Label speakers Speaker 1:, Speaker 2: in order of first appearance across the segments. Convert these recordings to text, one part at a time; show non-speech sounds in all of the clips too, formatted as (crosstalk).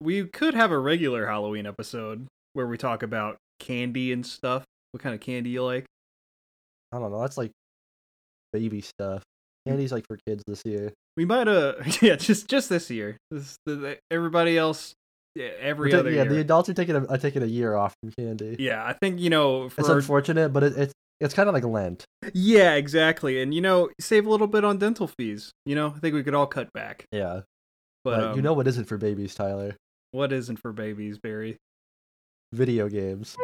Speaker 1: We could have a regular Halloween episode where we talk about candy and stuff. What kind of candy you like?
Speaker 2: I don't know. That's like baby stuff.
Speaker 1: Mm.
Speaker 2: Candy's like for kids this year.
Speaker 1: We might uh (laughs) yeah, just just this year. This the, the- everybody else yeah, every
Speaker 2: We're
Speaker 1: other
Speaker 2: taking- yeah,
Speaker 1: year.
Speaker 2: the adults are taking a, are taking a year off from candy.
Speaker 1: yeah, I think you know
Speaker 2: it's
Speaker 1: for
Speaker 2: unfortunate, but it, it's it's kind of like Lent.
Speaker 1: Yeah, exactly. And you know, save a little bit on dental fees. You know, I think we could all cut back.
Speaker 2: Yeah,
Speaker 1: But
Speaker 2: but
Speaker 1: um,
Speaker 2: you know what isn't for babies, Tyler?
Speaker 1: what isn't for babies, Barry?
Speaker 2: Video games.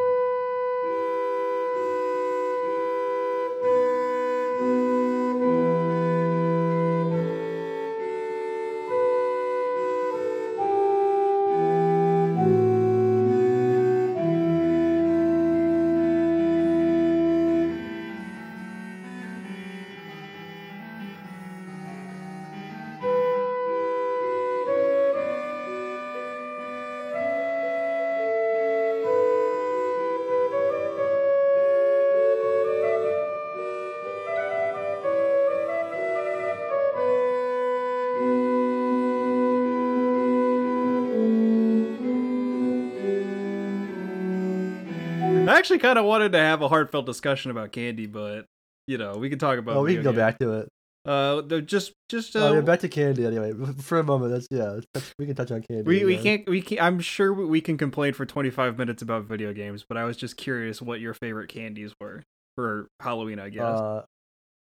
Speaker 1: I actually kind of wanted to have a heartfelt discussion about candy, but you know, we can talk about.
Speaker 2: Oh, we can
Speaker 1: video
Speaker 2: go back to it.
Speaker 1: games. Uh, the- just just
Speaker 2: oh, yeah,
Speaker 1: uh,
Speaker 2: back to candy anyway. (laughs) For a moment, that's yeah. That's, we can touch on candy.
Speaker 1: we we
Speaker 2: again.
Speaker 1: can't we can I'm sure we can complain for 25 minutes about video games, but I was just curious what your favorite candies were for Halloween, I guess.
Speaker 2: Uh,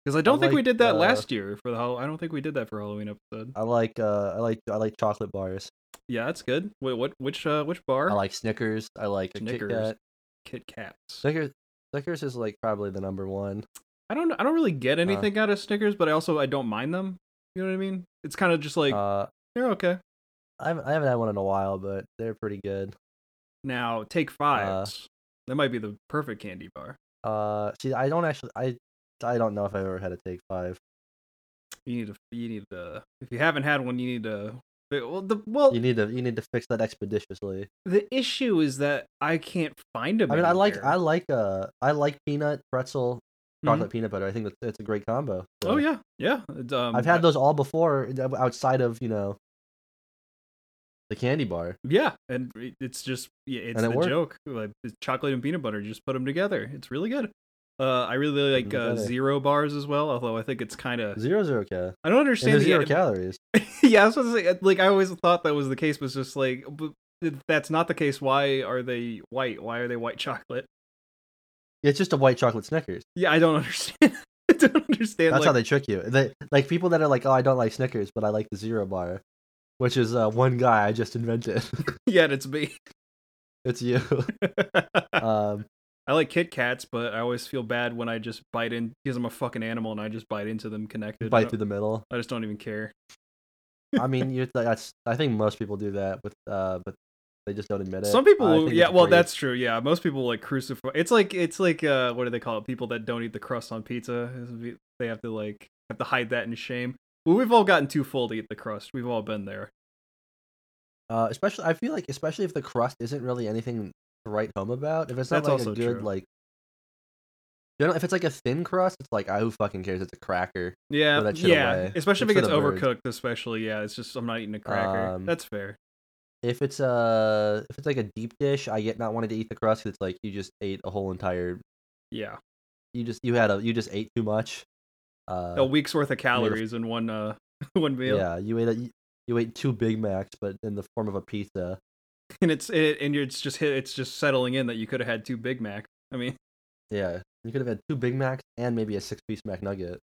Speaker 1: Because I don't think we
Speaker 2: like,
Speaker 1: did that
Speaker 2: uh,
Speaker 1: last year for the. Hall- I don't think we did that for Halloween episode.
Speaker 2: I like uh, I like I like chocolate bars.
Speaker 1: Yeah, that's good. Wait, what? Which uh, which bar?
Speaker 2: I like Snickers. I like a
Speaker 1: Snickers.
Speaker 2: Kit Kat.
Speaker 1: Kit Kats.
Speaker 2: Snickers. Snickers is like probably the number one.
Speaker 1: I don't I don't really
Speaker 2: Uh,
Speaker 1: get anything out of Snickers, but I also I don't mind them. You know what I mean? It's kind of just like
Speaker 2: uh,
Speaker 1: they're okay.
Speaker 2: I haven't, I haven't had one in a while, but they're pretty good.
Speaker 1: Now take fives. that might be the perfect candy bar.
Speaker 2: Uh, see, I don't actually, I, I don't know if I've ever had a Take Five.
Speaker 1: You need to you need to if you haven't had one, you need to. but- Well, the well
Speaker 2: You need to, you need to fix that expeditiously.
Speaker 1: the issue is that I can't find them.
Speaker 2: I mean, I like, I like, uh, I like peanut pretzel,
Speaker 1: Mhm.
Speaker 2: chocolate peanut butter. I think that's, that's a great combo.
Speaker 1: Oh
Speaker 2: so.
Speaker 1: yeah, yeah. It's, um,
Speaker 2: I've had those all before, uh, outside of you know, the candy bar.
Speaker 1: Yeah, and it- it's just yeah, it's
Speaker 2: And it
Speaker 1: the
Speaker 2: worked.
Speaker 1: joke. Like it's chocolate and peanut butter, you just put them together. It's really good. Uh, I really like
Speaker 2: them
Speaker 1: uh,
Speaker 2: together.
Speaker 1: zero bars as well. Although I think it's kind of
Speaker 2: Zeros are okay,
Speaker 1: I don't
Speaker 2: and they're
Speaker 1: understand
Speaker 2: zero
Speaker 1: the
Speaker 2: calories.
Speaker 1: (laughs) yeah, I was supposed to say, uh, like I always thought that was the case, but it's just like but if that's not the case. Why are they white? Why are they white chocolate?
Speaker 2: It's just a white chocolate Snickers.
Speaker 1: Yeah, I don't (laughs) understand. I don't understand.
Speaker 2: That's
Speaker 1: like,
Speaker 2: how they trick you. They like people that are like, oh, I don't like Snickers, but I like the zero bar, which is uh, one guy I just invented. (laughs)
Speaker 1: Yeah, it's me. (laughs)
Speaker 2: it's you. um,
Speaker 1: I like Kit Kats, but I always feel bad when I just bite in because I'm a fucking animal and I just bite into them connected. I,
Speaker 2: bite
Speaker 1: don't-
Speaker 2: through the middle.
Speaker 1: I just don't even care.
Speaker 2: I mean, you're, that's. I think most people do that with, uh, but they just don't admit it.
Speaker 1: Some people,
Speaker 2: I
Speaker 1: will-
Speaker 2: think
Speaker 1: yeah,
Speaker 2: it's
Speaker 1: well,
Speaker 2: great.
Speaker 1: that's true. Yeah, most people like crucify. It's like it's like uh, what do they call it? People that don't eat the crust on pizza, they have to like have to hide that in shame. Well, we've all gotten too full to eat the crust. We've all been there.
Speaker 2: Uh, especially, I feel like especially if the crust isn't really anything to write home about. If it's
Speaker 1: That's
Speaker 2: not like
Speaker 1: also
Speaker 2: a good
Speaker 1: true.
Speaker 2: like, you know, if it's like a thin crust, it's like, I who fucking cares? It's a cracker.
Speaker 1: Yeah,
Speaker 2: Throw that shit
Speaker 1: yeah.
Speaker 2: away.
Speaker 1: Especially if it
Speaker 2: It's
Speaker 1: gets
Speaker 2: for the birds.
Speaker 1: overcooked. Especially, yeah. It's just I'm not eating a cracker.
Speaker 2: Um,
Speaker 1: That's fair.
Speaker 2: If it's uh if it's like a deep dish, I get not wanting to eat the crust 'cause it's like you just ate a whole entire
Speaker 1: Yeah,
Speaker 2: you just you had a you just ate too much. Uh,
Speaker 1: a week's worth of calories in one uh (laughs) one meal,
Speaker 2: yeah, you ate a, you ate two Big Macs, but in the form of a pizza.
Speaker 1: and it's it and you're, it's just hit. It's just settling in that you could have had two Big Mac. I mean, (laughs)
Speaker 2: Yeah, you could have had two Big Macs and maybe a six-piece McNugget.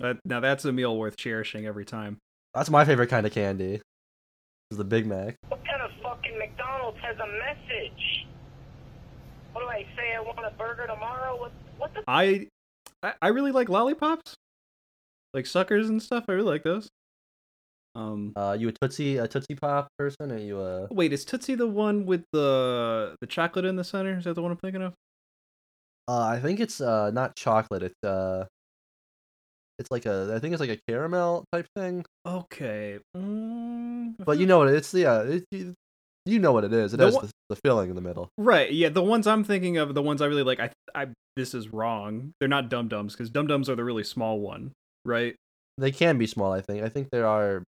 Speaker 1: that, now that's a meal worth cherishing every time.
Speaker 2: That's my favorite kind of candy. Is the Big Mac.
Speaker 3: What kind of fucking McDonald's has a message? What do I say? I want a burger tomorrow. What? What the?
Speaker 1: I I I really like lollipops, like suckers and stuff. I really like those. Um,
Speaker 2: Uh, you a tootsie a tootsie pop person? Are you a
Speaker 1: wait, is Tootsie the one with the the chocolate in the center? Is that the one I'm thinking of?
Speaker 2: Uh, I think it's uh not chocolate. It's uh, it's like a I think it's like a caramel type thing.
Speaker 1: Okay, mm, I
Speaker 2: But you
Speaker 1: feel-
Speaker 2: know what? It's the uh, it, you you know what it is. It
Speaker 1: The
Speaker 2: has
Speaker 1: one-
Speaker 2: the, the filling in the middle.
Speaker 1: right? Yeah, the ones I'm thinking of, the ones I really like. I I this is wrong. They're not Dum Dums because Dum Dums are the really small one, right?
Speaker 2: They can be small. I think. I think there are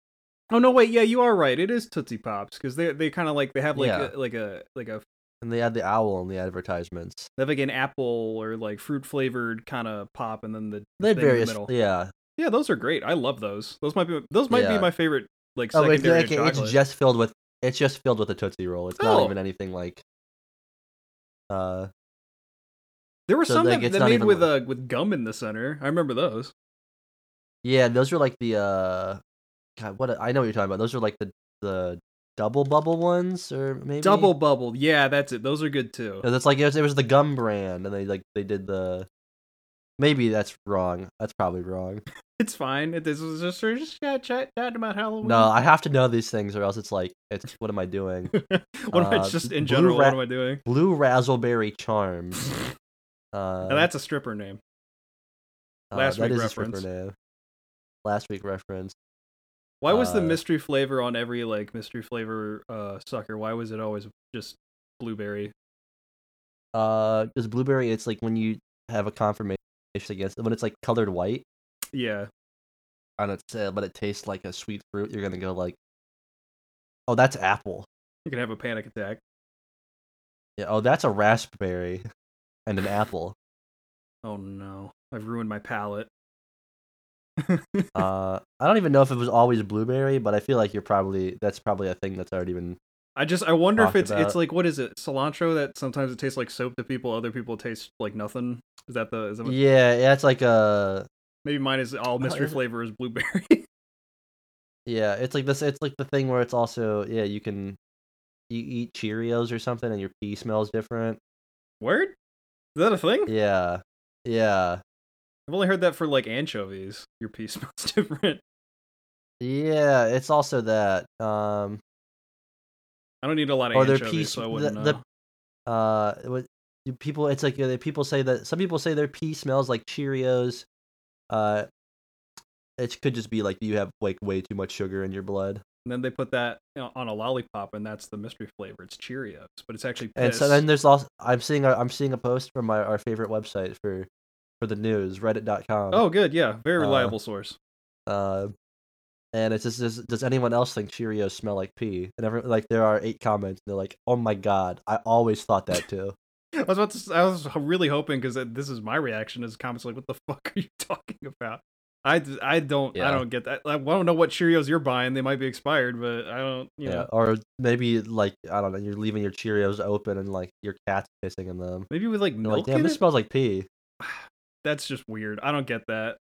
Speaker 1: Oh no, wait, yeah, you are right. It is Tootsie Pops because they they kind of like they have like
Speaker 2: Yeah.
Speaker 1: a, like a like a
Speaker 2: And they had the owl in the advertisements.
Speaker 1: they have like an apple or like fruit flavored kind of pop, and then the
Speaker 2: They had
Speaker 1: thing in the
Speaker 2: various,
Speaker 1: middle.
Speaker 2: yeah.
Speaker 1: yeah, those are great. I love those. Those might be those might
Speaker 2: Yeah.
Speaker 1: be my favorite like
Speaker 2: Oh,
Speaker 1: secondary
Speaker 2: it's, like,
Speaker 1: chocolate.
Speaker 2: it's just filled with it's just filled with a tootsie roll. It's not
Speaker 1: Oh.
Speaker 2: even anything like. Uh,
Speaker 1: There were
Speaker 2: So,
Speaker 1: some
Speaker 2: like,
Speaker 1: that,
Speaker 2: it's
Speaker 1: that
Speaker 2: not
Speaker 1: made
Speaker 2: even
Speaker 1: with
Speaker 2: like-
Speaker 1: uh, with gum in the center. I remember those.
Speaker 2: yeah, those were like the uh, God, what a- I know what you're talking about. Those are like the the double bubble ones, or maybe
Speaker 1: Double bubble. Yeah, that's it. Those are good too.
Speaker 2: No, that's like it was, it was the gum brand, and they like they did the. Maybe that's wrong. That's probably wrong.
Speaker 1: It's fine. It- This was just we're just chat chat chatting about Halloween.
Speaker 2: No, I have to know these things, or else it's like, it's what am
Speaker 1: (laughs)
Speaker 2: I doing?
Speaker 1: what am I
Speaker 2: uh,
Speaker 1: just
Speaker 2: Blue
Speaker 1: in general?
Speaker 2: Rat-
Speaker 1: what am I doing?
Speaker 2: Blue Razzleberry
Speaker 1: (laughs)
Speaker 2: Charms. Uh,
Speaker 1: Now that's a stripper name. last
Speaker 2: that
Speaker 1: week
Speaker 2: is a stripper
Speaker 1: reference.
Speaker 2: name. Last week reference.
Speaker 1: Why was the
Speaker 2: uh,
Speaker 1: mystery flavor on every like mystery flavor uh sucker? Why was it always just blueberry?
Speaker 2: Uh, because blueberry, it's like when you have a confirmation against when it's like colored white
Speaker 1: Yeah.
Speaker 2: and it's uh, but it tastes like a sweet fruit. You're gonna go like, oh, that's apple.
Speaker 1: You can have a panic attack.
Speaker 2: Yeah, oh, that's a raspberry, and an apple.
Speaker 1: Oh no. I've ruined my palate. (laughs)
Speaker 2: Uh, I don't even know if it was always blueberry, but I feel like you're probably that's probably a thing that's already been.
Speaker 1: I just I wonder if
Speaker 2: talked
Speaker 1: it's
Speaker 2: about-
Speaker 1: it's like what is it? Cilantro that sometimes it tastes like soap to people, other people it tastes like nothing. Is that the is that what,
Speaker 2: Yeah, yeah, it's like uh, a
Speaker 1: maybe mine is
Speaker 2: (laughs)
Speaker 1: all mystery
Speaker 2: is it?
Speaker 1: flavor is blueberry. (laughs)
Speaker 2: yeah, it's like this. It's like the thing where it's also yeah, you can you eat Cheerios or something, and your pee smells different.
Speaker 1: Word? Is that a thing?
Speaker 2: Yeah, yeah,
Speaker 1: I've only heard that for like anchovies. Your pee (laughs) smells different.
Speaker 2: yeah. It's also that. Um,
Speaker 1: I don't need a lot of
Speaker 2: or their
Speaker 1: anchovies,
Speaker 2: pee.
Speaker 1: so I
Speaker 2: sm-
Speaker 1: wouldn't know.
Speaker 2: the, the uh, what do people? It's like uh, people say that some people say their pee smells like Cheerios. Uh, it could just be like you have like way too much sugar in your blood.
Speaker 1: And then they put that you know, on a lollipop, and that's the mystery flavor. It's Cheerios, but it's actually piss.
Speaker 2: And so then there's also I'm seeing a, I'm seeing a post from my our favorite website for for the news reddit.com.
Speaker 1: oh, good, yeah, very
Speaker 2: uh,
Speaker 1: reliable source. (laughs)
Speaker 2: Uh, and it's just, just does anyone else think Cheerios smell like pee? And every like there are eight comments. And they're like, "Oh my god, I always thought that too."
Speaker 1: I was about to, s- I was really hoping because this is my reaction. Is comments like, "What the (laughs) fuck are you talking about?" I, d- I don't I
Speaker 2: Yeah.
Speaker 1: don't get that. I I don't know what Cheerios you're buying. They might be expired, but I don't. You
Speaker 2: yeah.
Speaker 1: know,
Speaker 2: Or maybe like I don't know, you're leaving your Cheerios open and like your cat's pissing in them.
Speaker 1: maybe with like
Speaker 2: And they're like,
Speaker 1: milk
Speaker 2: damn,
Speaker 1: in
Speaker 2: this
Speaker 1: it?
Speaker 2: smells like pee.
Speaker 1: That's just weird. I don't get that.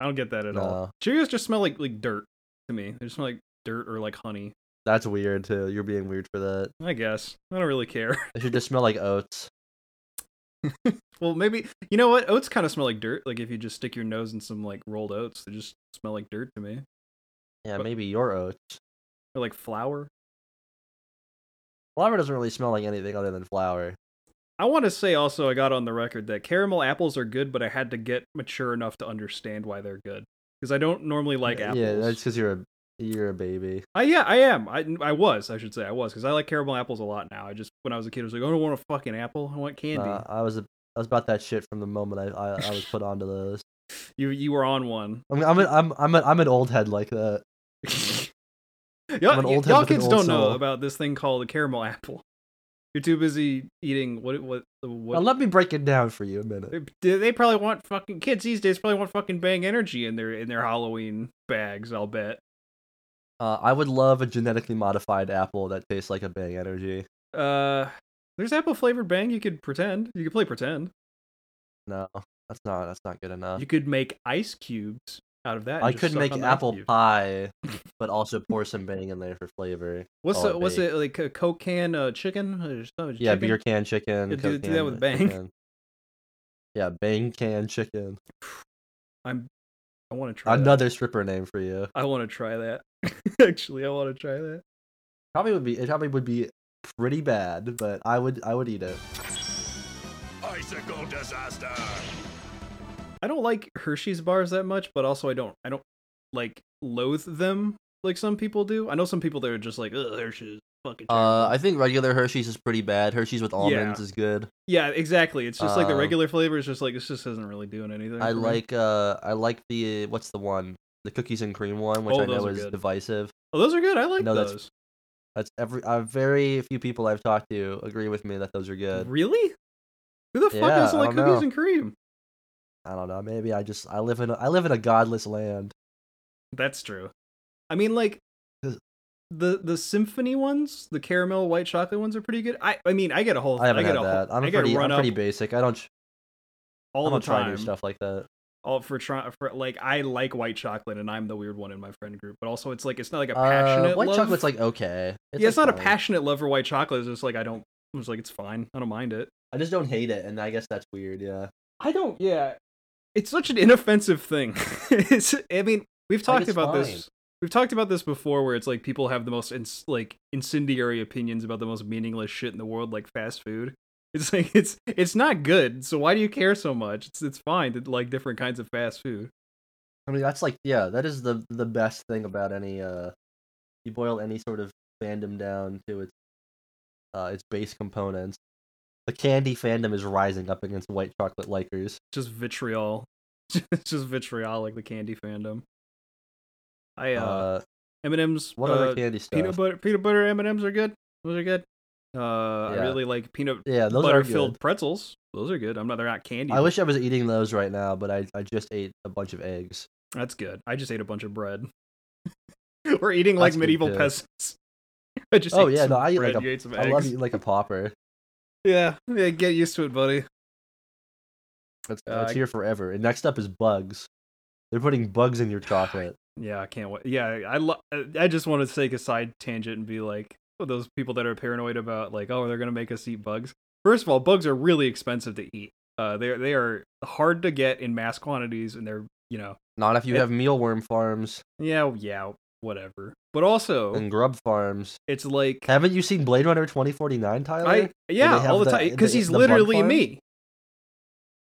Speaker 1: I don't get that at all.
Speaker 2: No.
Speaker 1: Cheerios just smell like like dirt to me. They just smell like dirt or like honey.
Speaker 2: That's weird too. You're being weird for that.
Speaker 1: I guess I don't really care. (laughs)
Speaker 2: It should just smell like oats.
Speaker 1: Well, maybe you know what? Oats kind of smell like dirt. Like if you just stick your nose in some like rolled oats, they just smell like dirt to me.
Speaker 2: Yeah,
Speaker 1: But-
Speaker 2: maybe your oats.
Speaker 1: Or like flour.
Speaker 2: Flour doesn't really smell like anything other than flour.
Speaker 1: I want to say also I got on the record that caramel apples are good, but I had to get mature enough to understand why they're good because I don't normally like apples.
Speaker 2: Yeah, that's because you're a you're a baby.
Speaker 1: I, yeah, I am. I, I was, I should say, I was because I like caramel apples a lot now. I just when I was a kid, I was like, I don't want a fucking apple. I want candy.
Speaker 2: Nah, I was a, I was about that shit from the moment I I,
Speaker 1: (laughs)
Speaker 2: I was put onto those.
Speaker 1: you you were on one.
Speaker 2: I'm I'm a, I'm I'm, a, I'm an old head like that.
Speaker 1: (laughs) y'all
Speaker 2: an old head
Speaker 1: y'all
Speaker 2: with an
Speaker 1: kids
Speaker 2: old
Speaker 1: don't know
Speaker 2: soul.
Speaker 1: about this thing called a caramel apple. (laughs) You're too busy eating what what
Speaker 2: Now,
Speaker 1: what
Speaker 2: let me break it down for you a minute.
Speaker 1: They, they probably want fucking kids these days. Probably want fucking Bang Energy in their in their Halloween bags. I'll bet.
Speaker 2: Uh, I would love a genetically modified apple that tastes like a Bang Energy.
Speaker 1: Uh, there's apple flavored Bang. You could pretend. You could play pretend.
Speaker 2: No, that's not that's not good enough.
Speaker 1: You could make ice cubes out of that. and
Speaker 2: I
Speaker 1: just
Speaker 2: could
Speaker 1: suck
Speaker 2: make
Speaker 1: on the ice
Speaker 2: apple
Speaker 1: cube. (laughs)
Speaker 2: pie, but also pour some Bang in there for flavor.
Speaker 1: What's
Speaker 2: call
Speaker 1: the,
Speaker 2: it
Speaker 1: what's
Speaker 2: bake.
Speaker 1: it like a Coke can uh, chicken? Or something,
Speaker 2: Oh, Yeah,
Speaker 1: chicken?
Speaker 2: beer can chicken.
Speaker 1: Yeah, do-
Speaker 2: Coke
Speaker 1: do that with
Speaker 2: can
Speaker 1: Bang.
Speaker 2: chicken. Yeah, Bang can chicken.
Speaker 1: I'm. I want to try that.
Speaker 2: Another stripper name for you.
Speaker 1: I want to try that. (laughs) Actually, I want to try that.
Speaker 2: Probably would be. It probably would be pretty bad, but I would. I would eat it.
Speaker 4: Icicle disaster.
Speaker 1: I don't like Hershey's bars that much, but also I don't I don't like loathe them like some people do. I know some people that are just like Ugh, Hershey's fucking.
Speaker 2: Uh,
Speaker 1: terrible."
Speaker 2: I think regular Hershey's is pretty bad. Hershey's with almonds is good.
Speaker 1: yeah, exactly. It's just like the
Speaker 2: um,
Speaker 1: regular flavor is just like this just isn't really doing anything.
Speaker 2: I
Speaker 1: for me.
Speaker 2: like. Uh, I like the what's the one? The cookies and cream one, which
Speaker 1: Oh,
Speaker 2: I know
Speaker 1: those are
Speaker 2: is
Speaker 1: good.
Speaker 2: divisive.
Speaker 1: Oh, those are good. I like
Speaker 2: No, that's
Speaker 1: those.
Speaker 2: That's every uh, very few people I've talked to agree with me that those are good.
Speaker 1: Really? Who the fuck
Speaker 2: Yeah,
Speaker 1: doesn't
Speaker 2: I
Speaker 1: like
Speaker 2: don't
Speaker 1: cookies
Speaker 2: know.
Speaker 1: and cream?
Speaker 2: I don't know. Maybe I just I live in a, I live in a godless land.
Speaker 1: That's true. I mean, like
Speaker 2: 'Cause-
Speaker 1: the the symphony ones, the caramel white chocolate ones are pretty good. I I mean, I get a whole.
Speaker 2: I haven't
Speaker 1: get
Speaker 2: had
Speaker 1: a
Speaker 2: that.
Speaker 1: Whole,
Speaker 2: I'm
Speaker 1: I get
Speaker 2: pretty
Speaker 1: run
Speaker 2: I'm
Speaker 1: up
Speaker 2: pretty basic. I don't ch-
Speaker 1: all the
Speaker 2: I don't try
Speaker 1: time.
Speaker 2: new stuff like that.
Speaker 1: All Oh, for trying for like I like white chocolate, and I'm the weird one in my friend group. But also, it's like it's not like a passionate.
Speaker 2: uh, white
Speaker 1: love.
Speaker 2: chocolate's like okay. It's
Speaker 1: yeah, it's
Speaker 2: like,
Speaker 1: not a
Speaker 2: fine.
Speaker 1: passionate love for white chocolate. It's just like I don't. It was like it's fine. I don't mind it.
Speaker 2: I just don't hate it, and I guess that's weird. Yeah,
Speaker 1: I don't. Yeah, it's such an inoffensive thing. (laughs) it's, I mean, we've talked
Speaker 2: it's
Speaker 1: about
Speaker 2: fine.
Speaker 1: this. We've talked about this before, where it's like people have the most ins- like incendiary opinions about the most meaningless shit in the world, like fast food. It's like it's it's not good. So why do you care so much? It's it's fine to like different kinds of fast food.
Speaker 2: I mean that's like yeah, that is the the best thing about any uh, you boil any sort of fandom down to its uh its base components. The candy fandom is rising up against white chocolate likers.
Speaker 1: Just vitriol. (laughs) It's just vitriol, like the candy fandom. I uh,
Speaker 2: Uh,
Speaker 1: M and M's.
Speaker 2: what
Speaker 1: uh,
Speaker 2: other candy stuff?
Speaker 1: peanut butter peanut butter M and M's are good. Those are good. Uh, I
Speaker 2: Yeah.
Speaker 1: really like peanut
Speaker 2: yeah, those are
Speaker 1: butter
Speaker 2: good.
Speaker 1: filled pretzels. Those are good. I'm not. They're not candy.
Speaker 2: I wish I was eating those right now, but I, I just ate a bunch of eggs.
Speaker 1: that's good. I just ate a bunch of bread. (laughs) We're eating like
Speaker 2: That's good,
Speaker 1: medieval
Speaker 2: too.
Speaker 1: peasants. (laughs) I just
Speaker 2: Oh,
Speaker 1: ate
Speaker 2: yeah,
Speaker 1: some
Speaker 2: no, I eat,
Speaker 1: bread.
Speaker 2: like, a-
Speaker 1: you ate some
Speaker 2: I
Speaker 1: eggs. (laughs)
Speaker 2: love eating like a popper.
Speaker 1: Yeah, yeah, get used to it, buddy.
Speaker 2: That's,
Speaker 1: Uh,
Speaker 2: that's
Speaker 1: I-
Speaker 2: here forever. And next up is bugs. They're putting bugs (sighs) in your chocolate.
Speaker 1: Yeah, I can't wait. Yeah, I lo- I just want to take a side tangent and be like oh, those people that are paranoid about like oh they're gonna make us eat bugs. First of all, bugs are really expensive to eat. Uh, they they are hard to get in mass quantities, and they're you know
Speaker 2: Not if you
Speaker 1: It-
Speaker 2: have mealworm farms
Speaker 1: yeah yeah whatever. But also,
Speaker 2: and grub farms.
Speaker 1: it's like
Speaker 2: Oh. Haven't you seen Blade Runner 2049, Tyler?
Speaker 1: I yeah
Speaker 2: have
Speaker 1: all the,
Speaker 2: the-
Speaker 1: time because
Speaker 2: the-
Speaker 1: he's
Speaker 2: the bug
Speaker 1: literally
Speaker 2: farm?
Speaker 1: me.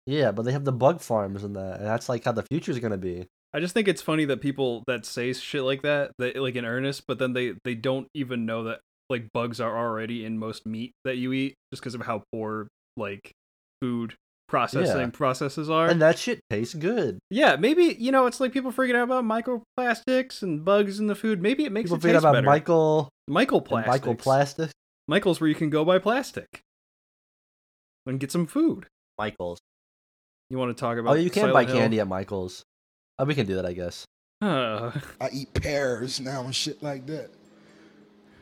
Speaker 2: Yeah, but they have the bug farms and that. And that's like how the future's going to be.
Speaker 1: I just think it's funny that people that say shit like that, that like in earnest, but then they they don't even know that like bugs are already in most meat that you eat just because of how poor like food processing processes are.
Speaker 2: And that shit tastes good.
Speaker 1: yeah, maybe you know it's like people freaking out about microplastics and bugs in the food. Maybe it makes
Speaker 2: People
Speaker 1: it
Speaker 2: forget
Speaker 1: taste
Speaker 2: about
Speaker 1: better.
Speaker 2: Michael
Speaker 1: Michael
Speaker 2: and
Speaker 1: plastics.
Speaker 2: Michael Plastic.
Speaker 1: Michael's where you can go buy plastic and get some food.
Speaker 2: Michael's.
Speaker 1: You want to talk about?
Speaker 2: Oh, you can
Speaker 1: Silent
Speaker 2: buy
Speaker 1: Hill?
Speaker 2: candy at Michael's. Oh, we can do that, I guess.
Speaker 1: Huh.
Speaker 5: I eat pears now and shit like that.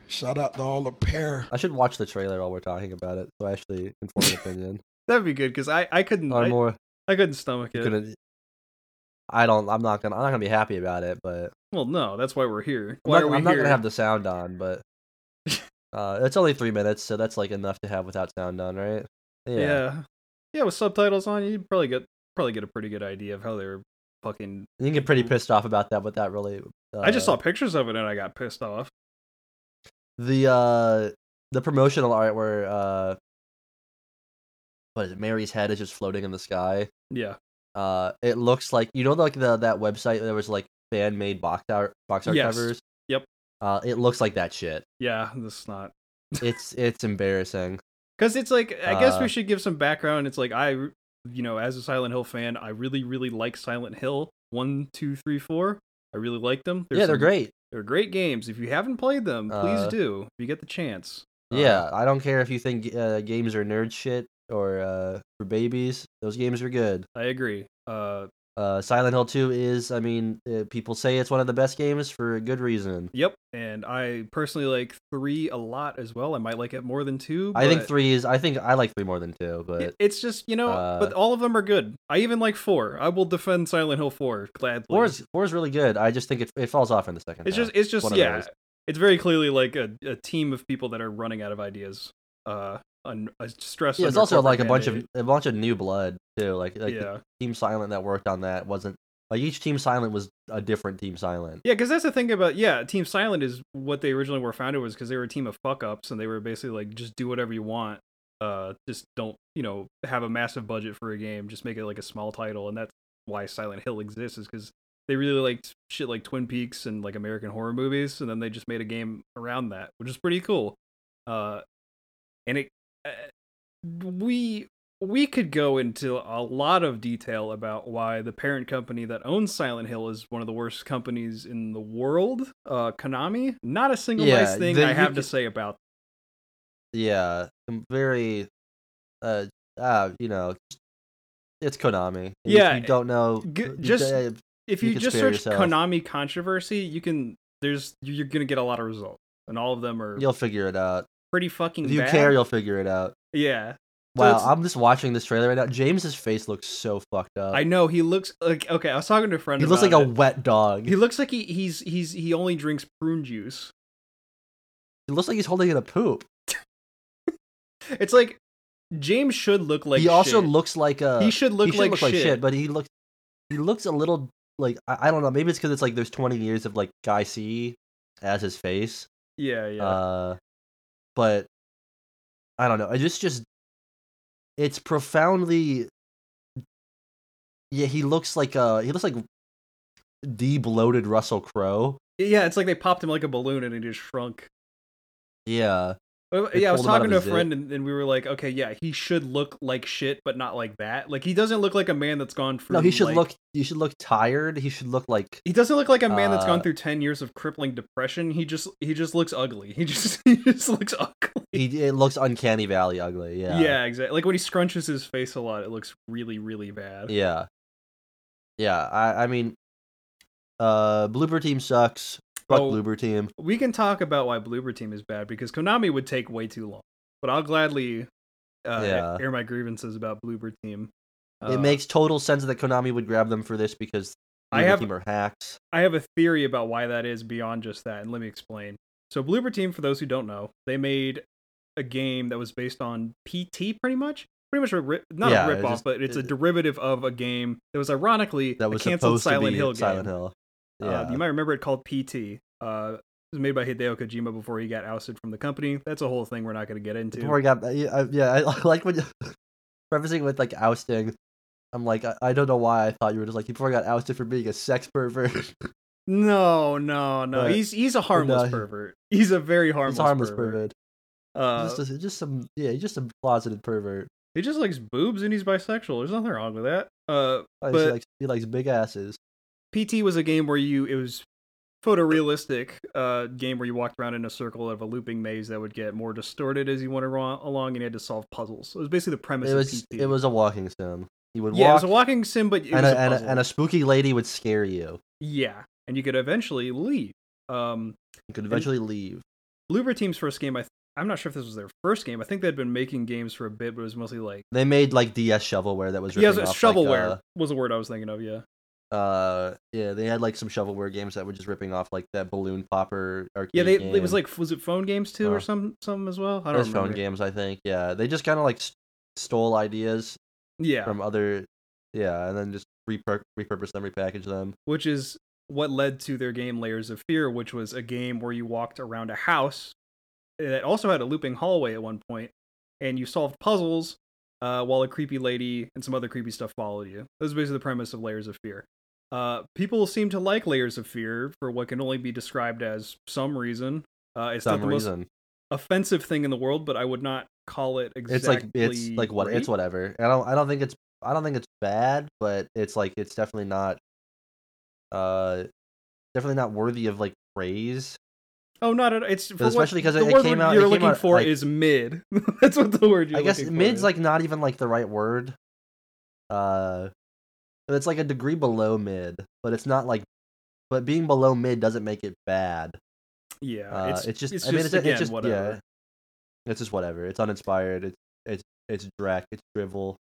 Speaker 5: Shout out to all the pear.
Speaker 2: I should watch the trailer while we're talking about it, so I actually can form an opinion.
Speaker 1: (laughs) That'd be good because I I couldn't
Speaker 2: or
Speaker 1: I,
Speaker 2: more,
Speaker 1: I couldn't stomach it.
Speaker 2: couldn't- I don't. I'm not gonna. I'm not gonna be happy about it, but
Speaker 1: Well, no, that's why we're here.
Speaker 2: I'm
Speaker 1: Why
Speaker 2: not,
Speaker 1: are we
Speaker 2: I'm not
Speaker 1: here?
Speaker 2: gonna have the sound
Speaker 1: (laughs)
Speaker 2: on. But uh, it's only three minutes, so that's like enough to have without sound on, right?
Speaker 1: yeah. yeah, with subtitles on, you'd probably get probably get a pretty good idea of how they were fucking.
Speaker 2: You can get pretty pissed off about that, but that really. Uh,
Speaker 1: Mm-hmm. I just saw pictures of it and I got pissed off.
Speaker 2: the uh the promotional art where uh what is it? Mary's head is just floating in the sky.
Speaker 1: Yeah,
Speaker 2: Uh, it looks like you know, like the that website there was like fan made box art box art
Speaker 1: Yes.
Speaker 2: covers.
Speaker 1: Yep.
Speaker 2: Uh, it looks like that shit.
Speaker 1: yeah, this is not
Speaker 2: It's it's embarrassing.
Speaker 1: because it's like I guess we
Speaker 2: Uh,
Speaker 1: should give some background. It's like I, you know, as a Silent Hill fan, I really really like Silent Hill one, two, three, four. I really like them. There's
Speaker 2: (laughs) yeah, they're
Speaker 1: some-
Speaker 2: great.
Speaker 1: They're great games. If you haven't played them, please
Speaker 2: Uh,
Speaker 1: do. If you get the chance. Uh,
Speaker 2: yeah, I don't care if you think uh, games are nerd shit or uh, for babies. Those games are good.
Speaker 1: I agree. Uh,
Speaker 2: Uh, Silent Hill Two is, I mean, uh, people say it's one of the best games for a good reason.
Speaker 1: Yep, and I personally like three a lot as well. I might like it more than two.
Speaker 2: I think
Speaker 1: but
Speaker 2: three is. I think I like three more than two, but
Speaker 1: it- It's just you know,
Speaker 2: uh,
Speaker 1: but all of them are good. I even like four. I will defend Silent Hill four gladly.
Speaker 2: four is four is really good. I just think it it falls off in the second.
Speaker 1: it's
Speaker 2: half.
Speaker 1: just it's just
Speaker 2: one of
Speaker 1: yeah,
Speaker 2: those.
Speaker 1: it's very clearly like a, a team of people that are running out of ideas. Uh, un, a stress.
Speaker 2: Yeah, it's
Speaker 1: under
Speaker 2: also like a
Speaker 1: corporate
Speaker 2: bunch of
Speaker 1: mandate.
Speaker 2: a bunch of new blood too. Like like the
Speaker 1: yeah,
Speaker 2: Team Silent that worked on that wasn't like each Team Silent was a different Team Silent.
Speaker 1: yeah, because that's the thing about yeah, Team Silent is what they originally were founded was because they were a team of fuck ups and they were basically like just do whatever you want. Uh, just don't you know have a massive budget for a game. Just make it like a small title, and that's why Silent Hill exists is because they really liked shit like Twin Peaks and like American horror movies, and then they just made a game around that, which is pretty cool. Uh, and it uh, we we could go into a lot of detail about why the parent company that owns Silent Hill is one of the worst companies in the world, uh, Konami. Not a single
Speaker 2: Yeah,
Speaker 1: nice thing
Speaker 2: then
Speaker 1: I
Speaker 2: you
Speaker 1: have to
Speaker 2: could-
Speaker 1: say about.
Speaker 2: Yeah, I'm very, uh, uh, you know, it's Konami. And
Speaker 1: Yeah,
Speaker 2: if you don't know, uh,
Speaker 1: g-
Speaker 2: you
Speaker 1: just-
Speaker 2: d-
Speaker 1: If
Speaker 2: You
Speaker 1: you,
Speaker 2: could
Speaker 1: just
Speaker 2: spare
Speaker 1: search
Speaker 2: yourself.
Speaker 1: Konami controversy, you can. There's you're gonna get a lot of results, and all of them are
Speaker 2: you'll figure it out.
Speaker 1: pretty fucking.
Speaker 2: If you
Speaker 1: bad.
Speaker 2: care, you'll figure it out.
Speaker 1: Yeah, So
Speaker 2: Wow,
Speaker 1: it's-
Speaker 2: I'm just watching this trailer right now. James's face looks so fucked up.
Speaker 1: I know he looks like okay. I was talking to a friend.
Speaker 2: Uh, he looks like
Speaker 1: about
Speaker 2: a wet dog.
Speaker 1: it. He looks like he he's he's he only drinks prune juice.
Speaker 2: It looks like he's holding in a poop.
Speaker 1: It's like James should look like.
Speaker 2: he also
Speaker 1: shit.
Speaker 2: looks like a.
Speaker 1: he should look
Speaker 2: he should
Speaker 1: like
Speaker 2: look
Speaker 1: shit.
Speaker 2: like shit, but he looks he looks a little like I, I don't know. Maybe it's because it's like there's 20 years of like Guy C as his face.
Speaker 1: yeah, yeah.
Speaker 2: Uh, but I don't know. I just just it's profoundly. Yeah, he looks like uh he looks like de bloated Russell Crowe.
Speaker 1: Yeah, it's like they popped him like a balloon and he just shrunk.
Speaker 2: Yeah,
Speaker 1: Uh,
Speaker 2: They
Speaker 1: Yeah, I was
Speaker 2: pulled him out
Speaker 1: talking
Speaker 2: of
Speaker 1: to a
Speaker 2: his zit.
Speaker 1: friend and, and we were like, okay, yeah, he should look like shit, but not like that. Like he doesn't look like a man that's gone through.
Speaker 2: no, he should
Speaker 1: like-
Speaker 2: look. He should look tired. He should look
Speaker 1: (laughs)
Speaker 2: like
Speaker 1: He doesn't look like a man that's gone
Speaker 2: uh,
Speaker 1: through ten years of crippling depression. He just he just looks ugly. He just (laughs) he just looks ugly.
Speaker 2: he. It looks uncanny valley ugly.
Speaker 1: Yeah. exactly. Like when he scrunches his face a lot, it looks really really bad.
Speaker 2: Yeah. Yeah, I I mean uh blooper team sucks. Fuck
Speaker 1: Oh.
Speaker 2: blooper team.
Speaker 1: We can talk about why Bloober Team is bad because Konami would take way too long. But I'll gladly uh,
Speaker 2: Yeah.
Speaker 1: air my grievances about Bloober Team.
Speaker 2: it
Speaker 1: Uh,
Speaker 2: makes total sense that Konami would grab them for this because
Speaker 1: I
Speaker 2: Blooper
Speaker 1: have-
Speaker 2: team are hacks.
Speaker 1: I have a theory about why that is beyond just that, and let me explain. So, Bloober Team, for those who don't know, they made a game that was based on PT, pretty much. Pretty much a ri- not
Speaker 2: Yeah,
Speaker 1: a
Speaker 2: it
Speaker 1: ripoff,
Speaker 2: just-
Speaker 1: but it's a
Speaker 2: it-
Speaker 1: derivative of a game that was ironically
Speaker 2: That was
Speaker 1: a canceled
Speaker 2: supposed to
Speaker 1: Silent
Speaker 2: be
Speaker 1: Hill game.
Speaker 2: Silent Hill. Um, Yeah.
Speaker 1: Uh, you might remember it called PT. Uh, it was made by Hideo Kojima before he got ousted from the company. That's a whole thing we're not going to get into.
Speaker 2: Before I got yeah, I, yeah, I (laughs) I like when you prefacing with like ousting. I'm like I, I don't know why I thought you were just like before I got ousted for being a sex pervert. (laughs)
Speaker 1: No, no, no.
Speaker 2: But-
Speaker 1: he's he's a harmless
Speaker 2: he-
Speaker 1: pervert. He's a very harmless,
Speaker 2: He's a harmless
Speaker 1: pervert.
Speaker 2: pervert.
Speaker 1: Uh,
Speaker 2: He's just, he's just some yeah, he's just a closeted pervert.
Speaker 1: he just likes boobs and he's bisexual. There's nothing wrong with that. Uh,
Speaker 2: Oh, He
Speaker 1: But-
Speaker 2: likes he likes big asses.
Speaker 1: PT was a game where you it was photorealistic uh game where you walked around in a circle of a looping maze that would get more distorted as you went aro- along and you had to solve puzzles. It was basically the premise
Speaker 2: It
Speaker 1: of
Speaker 2: was
Speaker 1: PT.
Speaker 2: it was a walking sim. You would
Speaker 1: yeah, it
Speaker 2: walk
Speaker 1: was a walking sim, but it
Speaker 2: and
Speaker 1: was
Speaker 2: a,
Speaker 1: a
Speaker 2: and, a,
Speaker 1: puzzle.
Speaker 2: and a spooky lady would scare you.
Speaker 1: yeah, and you could eventually leave. Um,
Speaker 2: You could eventually leave.
Speaker 1: Bloober Team's first game, I th- I'm not sure if this was their first game. I think they'd been making games for a bit, but it was mostly like
Speaker 2: They made like DS shovelware that was
Speaker 1: yeah,
Speaker 2: ripping off, like,
Speaker 1: shovelware was the word I was thinking of. Yeah,
Speaker 2: uh, uh, yeah, they had like some shovelware games that were just ripping off like that balloon popper arcade.
Speaker 1: yeah. They
Speaker 2: game.
Speaker 1: it was like was it phone games too
Speaker 2: Uh,
Speaker 1: or some some as well? I
Speaker 2: It
Speaker 1: don't
Speaker 2: was
Speaker 1: remember.
Speaker 2: phone games, I think. Yeah, they just kind of like s- stole ideas
Speaker 1: Yeah,
Speaker 2: from other, yeah, and then just repur- repurpose them, repackage them.
Speaker 1: which is what led to their game Layers of Fear, which was a game where you walked around a house eh, that also had a looping hallway at one point, and you solved puzzles uh, while a creepy lady and some other creepy stuff followed you. That was basically the premise of Layers of Fear. Uh, people seem to like Layers of Fear for what can only be described as some reason. Uh, it's not
Speaker 2: Some
Speaker 1: the most
Speaker 2: reason
Speaker 1: offensive thing in the world, but I would not call it exactly.
Speaker 2: it's like it's like what it's
Speaker 1: great.
Speaker 2: whatever. I don't I don't think it's I don't think it's bad, but it's like it's definitely not uh definitely not worthy of like praise.
Speaker 1: Oh, not at it's for what-
Speaker 2: Especially 'cause it-
Speaker 1: the
Speaker 2: it
Speaker 1: word
Speaker 2: came out- it
Speaker 1: You're
Speaker 2: came
Speaker 1: looking
Speaker 2: out,
Speaker 1: for
Speaker 2: like-
Speaker 1: is mid. (laughs) That's what the word you're
Speaker 2: I guess
Speaker 1: looking for
Speaker 2: mid's
Speaker 1: is.
Speaker 2: like not even like the right word. Uh it's like a degree below mid, but it's not like but being below mid doesn't make it bad.
Speaker 1: yeah.
Speaker 2: Uh,
Speaker 1: it's,
Speaker 2: it's, just
Speaker 1: it's
Speaker 2: I mean
Speaker 1: just,
Speaker 2: it's,
Speaker 1: again
Speaker 2: it's just
Speaker 1: whatever.
Speaker 2: yeah. It's just whatever. It's uninspired. It's it's it's dreck, it's drivel.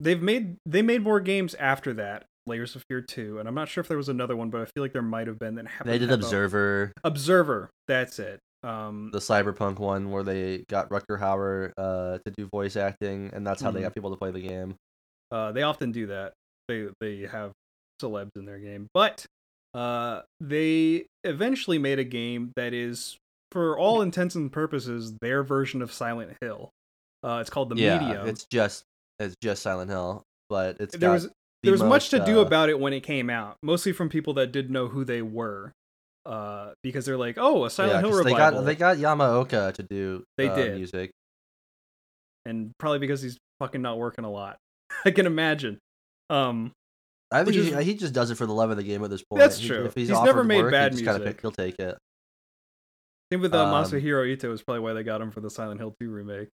Speaker 1: They've made they made more games after that. Layers of Fear two, and I'm not sure if there was another one, but I feel like there might have been that happened.
Speaker 2: They did
Speaker 1: to have a-
Speaker 2: observer.
Speaker 1: Observer. That's it. Um,
Speaker 2: the cyberpunk one where they got Rutger Hauer uh, to do voice acting, and that's how they
Speaker 1: Mhm.
Speaker 2: got people to play the game.
Speaker 1: Uh, they often do that. They they have celebs in their game, but uh, they eventually made a game that is, for all intents and purposes, their version of Silent Hill. Uh, it's called the
Speaker 2: yeah,
Speaker 1: Medium.
Speaker 2: it's just it's just Silent Hill, but it's
Speaker 1: there
Speaker 2: got
Speaker 1: was
Speaker 2: the
Speaker 1: there was much
Speaker 2: most,
Speaker 1: to do
Speaker 2: uh,
Speaker 1: about it when it came out, mostly from people that did know who they were, uh, because they're like, oh, a Silent
Speaker 2: yeah,
Speaker 1: Hill
Speaker 2: 'cause
Speaker 1: revival.
Speaker 2: uh, They got they got Yamaoka to do
Speaker 1: They
Speaker 2: uh,
Speaker 1: did.
Speaker 2: music.
Speaker 1: and probably because he's fucking not working a lot. (laughs) I can imagine. Um,
Speaker 2: I think
Speaker 1: Which
Speaker 2: he,
Speaker 1: is-
Speaker 2: he just does it for the love of the game at this point.
Speaker 1: That's
Speaker 2: He-
Speaker 1: true.
Speaker 2: If he's,
Speaker 1: He's
Speaker 2: offered
Speaker 1: never made
Speaker 2: work,
Speaker 1: bad
Speaker 2: he just gotta
Speaker 1: music.
Speaker 2: Pick, he'll take it.
Speaker 1: same with uh,
Speaker 2: Um,
Speaker 1: Masahiro Ito is probably why they got him for the Silent Hill 2 remake.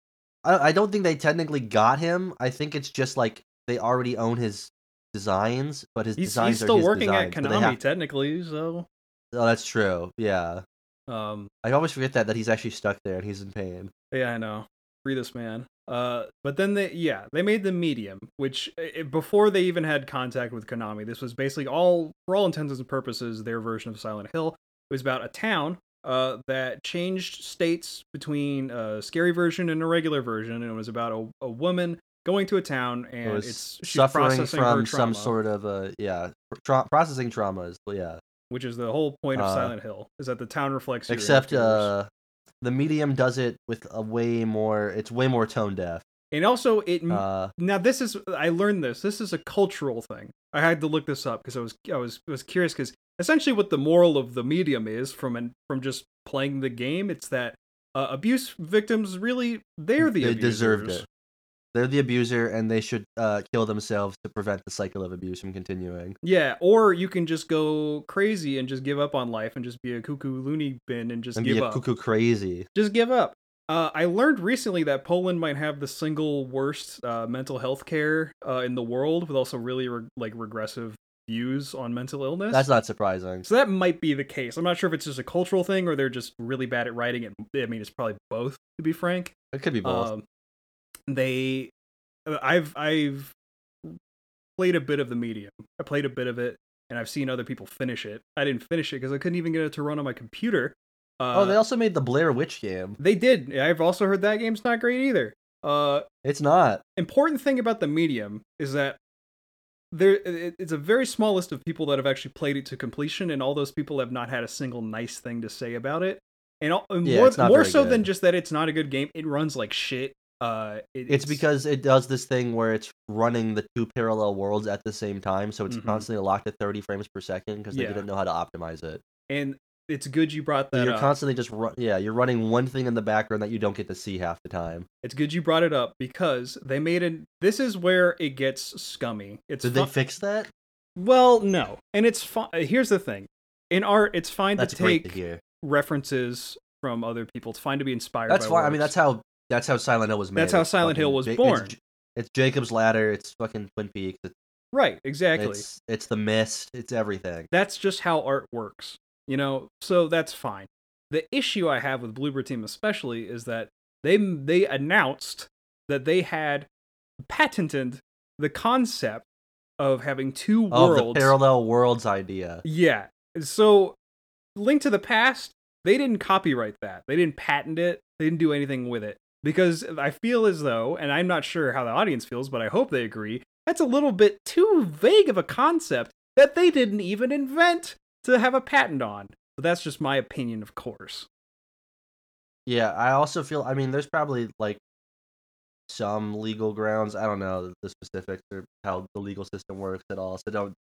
Speaker 2: I, I don't think they technically got him. I think it's just like they already own his designs, but his
Speaker 1: He's,
Speaker 2: designs
Speaker 1: he's still
Speaker 2: are his
Speaker 1: working
Speaker 2: designs,
Speaker 1: at
Speaker 2: but they
Speaker 1: Konami
Speaker 2: have-
Speaker 1: technically, so
Speaker 2: oh, that's true. Yeah,
Speaker 1: um,
Speaker 2: I always forget that that he's actually stuck there and he's in pain.
Speaker 1: Yeah, I know. Free this man. Uh, but then they, yeah, they made the medium, which i before they even had contact with Konami, this was basically all, for all intents and purposes, their version of Silent Hill. It was about a town uh, that changed states between a scary version and a regular version, and it was about a, a woman going to a town
Speaker 2: He
Speaker 1: and
Speaker 2: was
Speaker 1: it's she's
Speaker 2: suffering
Speaker 1: processing her
Speaker 2: from some
Speaker 1: trauma,
Speaker 2: sort of a yeah tra- processing traumas. Yeah,
Speaker 1: which is the whole point of
Speaker 2: Uh,
Speaker 1: Silent Hill, is that the town reflects your
Speaker 2: except
Speaker 1: inner fears.
Speaker 2: uh, the medium does it with a way more. It's way more tone deaf.
Speaker 1: and also it m-
Speaker 2: Uh,
Speaker 1: now this is i learned this this is a cultural thing i had to look this up because i was i was was curious because essentially what the moral of the medium is from an, from just playing the game it's that uh, abuse victims really they're the
Speaker 2: they
Speaker 1: abusers.
Speaker 2: deserved it. They're the abuser, and they should uh, kill themselves to prevent the cycle of abuse from continuing.
Speaker 1: yeah or you can just go crazy and just give up on life and just be a cuckoo loony bin and just
Speaker 2: and
Speaker 1: give
Speaker 2: be a
Speaker 1: up
Speaker 2: cuckoo crazy.
Speaker 1: just give up uh, I learned recently that Poland might have the single worst uh, mental health care uh, in the world, with also really re- like regressive views on mental illness.
Speaker 2: That's not surprising.
Speaker 1: So that might be the case. I'm not sure if it's just a cultural thing or they're just really bad at writing it. I mean, it's probably both, to be frank.
Speaker 2: It could be both.
Speaker 1: Um, they, I've I've played a bit of the medium. I played a bit of it, and I've seen other people finish it. I didn't finish it because I couldn't even get it to run on my computer. Uh,
Speaker 2: oh, they also made the Blair Witch game.
Speaker 1: they did. I've also heard that game's not great either. Uh,
Speaker 2: It's not.
Speaker 1: important thing about the medium is that there it- it's a very small list of people that have actually played it to completion and all those people have not had a single nice thing to say about it and, all, and
Speaker 2: Yeah,
Speaker 1: more,
Speaker 2: it's not
Speaker 1: more
Speaker 2: very
Speaker 1: so than
Speaker 2: good.
Speaker 1: just that it's not a good game it runs like shit uh it-
Speaker 2: It's because it does this thing where it's running the two parallel worlds at the same time, so it's
Speaker 1: Mhm.
Speaker 2: constantly locked at 30 frames per second because they
Speaker 1: Yeah.
Speaker 2: didn't know how to optimize it.
Speaker 1: and it's good you brought
Speaker 2: So
Speaker 1: that uh,
Speaker 2: you're
Speaker 1: up
Speaker 2: constantly just run- yeah, you're running one thing in the background that you don't get to see half the time.
Speaker 1: it's good you brought it up because they made it this is where it gets scummy it's
Speaker 2: Did
Speaker 1: fi-
Speaker 2: they fix that?
Speaker 1: well no and it's fine here's the thing in art it's fine
Speaker 2: That's
Speaker 1: to
Speaker 2: great
Speaker 1: take
Speaker 2: to hear.
Speaker 1: references from other people it's fine to be inspired
Speaker 2: That's
Speaker 1: by
Speaker 2: why I mean
Speaker 1: works.
Speaker 2: that's how that's how Silent Hill was made.
Speaker 1: That's how
Speaker 2: It's
Speaker 1: Silent Hill
Speaker 2: fucking
Speaker 1: was
Speaker 2: Ja- it's
Speaker 1: born.
Speaker 2: J- It's, Jacob's Ladder. It's fucking Twin Peaks. It's,
Speaker 1: Right, exactly.
Speaker 2: it's it's the mist. It's everything.
Speaker 1: That's just how art works, you know. So that's fine. The issue I have with Bloober Team especially is that they they announced that they had patented the concept of having two
Speaker 2: Of the
Speaker 1: worlds.
Speaker 2: parallel worlds idea.
Speaker 1: yeah. So Link to the Past, they didn't copyright that. They didn't patent it. They didn't do anything with it. Because I feel as though, and I'm not sure how the audience feels, but I hope they agree, that's a little bit too vague of a concept that they didn't even invent to have a patent on. But that's just my opinion, of course.
Speaker 2: Yeah, I also feel. I mean, there's probably like some legal grounds. I don't know the specifics or how the legal system works at all. So don't.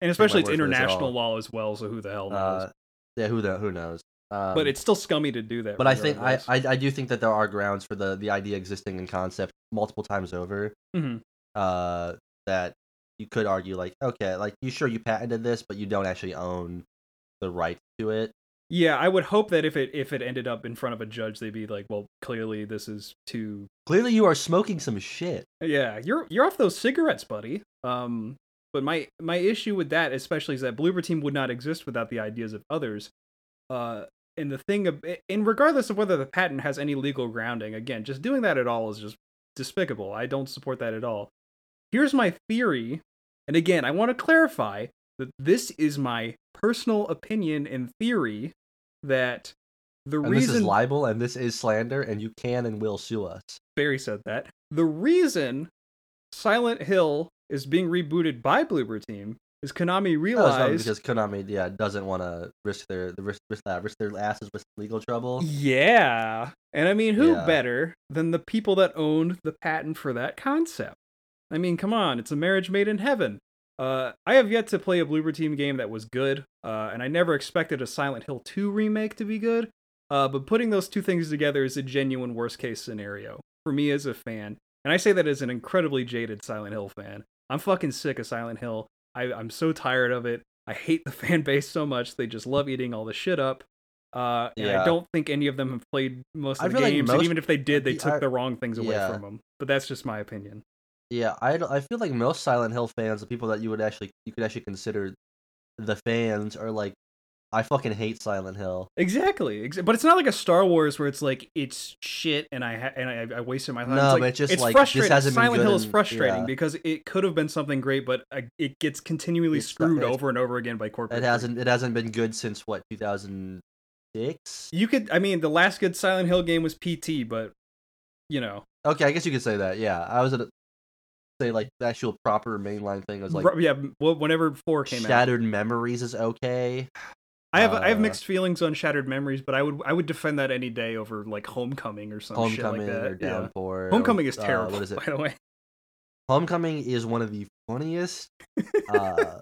Speaker 1: And especially it's
Speaker 2: word for this at
Speaker 1: international
Speaker 2: all.
Speaker 1: law as well, so who the hell knows.
Speaker 2: Uh, yeah, who the who knows. Um,
Speaker 1: but it's still scummy to do that.
Speaker 2: But I think I,
Speaker 1: regardless.
Speaker 2: I I do think that there are grounds for the the idea existing in concept multiple times over.
Speaker 1: Mhm.
Speaker 2: uh, that you could argue like okay like you sure you patented this but you don't actually own the right to it
Speaker 1: Yeah, I would hope that if it if it ended up in front of a judge, they'd be like, "Well, clearly this is too."
Speaker 2: clearly you are smoking some shit
Speaker 1: Yeah, you're you're off those cigarettes, buddy. Um, but my my issue with that, especially, is that Bloober Team would not exist without the ideas of others. Uh, and the thing, of, and regardless of whether the patent has any legal grounding, again, just doing that at all is just despicable. I don't support that at all. Here's my theory, and again, I want to clarify that this is my personal opinion and theory that the
Speaker 2: and
Speaker 1: reason
Speaker 2: this is libel and this is slander and you can and will sue us
Speaker 1: Barry said that. The reason Silent Hill is being rebooted by Bloober Team is Konami
Speaker 2: No, it's not
Speaker 1: realized.
Speaker 2: because konami yeah doesn't want to risk their the risk, risk that risk their asses with legal trouble
Speaker 1: yeah. And I mean, who
Speaker 2: Yeah.
Speaker 1: better than the people that owned the patent for that concept? I mean, come on, it's a marriage made in heaven. Uh, I have yet to play a Bloober Team game that was good, uh, and I never expected a Silent Hill 2 remake to be good. Uh, but putting those two things together is a genuine worst case scenario. for me as a fan, and I say that as an incredibly jaded Silent Hill fan. I'm fucking sick of Silent Hill. I, I'm so tired of it. I hate the (laughs) fan base so much. They just love eating all the shit up. Uh, and I
Speaker 2: Yeah.
Speaker 1: don't think any of them have played most
Speaker 2: I
Speaker 1: of the
Speaker 2: feel like
Speaker 1: games. and
Speaker 2: most-
Speaker 1: even if they did, they took
Speaker 2: I-
Speaker 1: the wrong things away
Speaker 2: yeah.
Speaker 1: from them. But that's just my opinion.
Speaker 2: Yeah, I, d- I feel like most Silent Hill fans, the people that you would actually you could actually consider the fans, are like, I fucking hate Silent Hill.
Speaker 1: Exactly, ex- but it's not like a Star Wars where it's like it's shit and I ha- and I, I wasted my time.
Speaker 2: No,
Speaker 1: it's like,
Speaker 2: but it's just
Speaker 1: it's
Speaker 2: like, this
Speaker 1: frustrating.
Speaker 2: hasn't been
Speaker 1: Silent
Speaker 2: good
Speaker 1: Hill is
Speaker 2: in-
Speaker 1: frustrating
Speaker 2: yeah.
Speaker 1: because it could have been something great, but uh, it gets continually
Speaker 2: It's not-
Speaker 1: screwed
Speaker 2: it's-
Speaker 1: over and over again by corporate.
Speaker 2: It
Speaker 1: greed.
Speaker 2: hasn't it hasn't been good since what 2006.
Speaker 1: You could, I mean, the last good Silent Hill game was PT, but you know,
Speaker 2: Okay, I guess you could say that. Yeah, I was at a, say like the actual proper mainline thing was like
Speaker 1: ru- yeah, wh- whenever four came out,
Speaker 2: Shattered Memories is okay.
Speaker 1: I have I have
Speaker 2: uh,
Speaker 1: mixed feelings on Shattered Memories, but I would I would defend that any day over like Homecoming or some
Speaker 2: Homecoming
Speaker 1: shit like that.
Speaker 2: or
Speaker 1: Yeah.
Speaker 2: Downpour. or,
Speaker 1: Homecoming is
Speaker 2: uh,
Speaker 1: terrible.
Speaker 2: what is it?
Speaker 1: (laughs) By the way,
Speaker 2: Homecoming is one of the funniest
Speaker 1: (laughs)
Speaker 2: uh,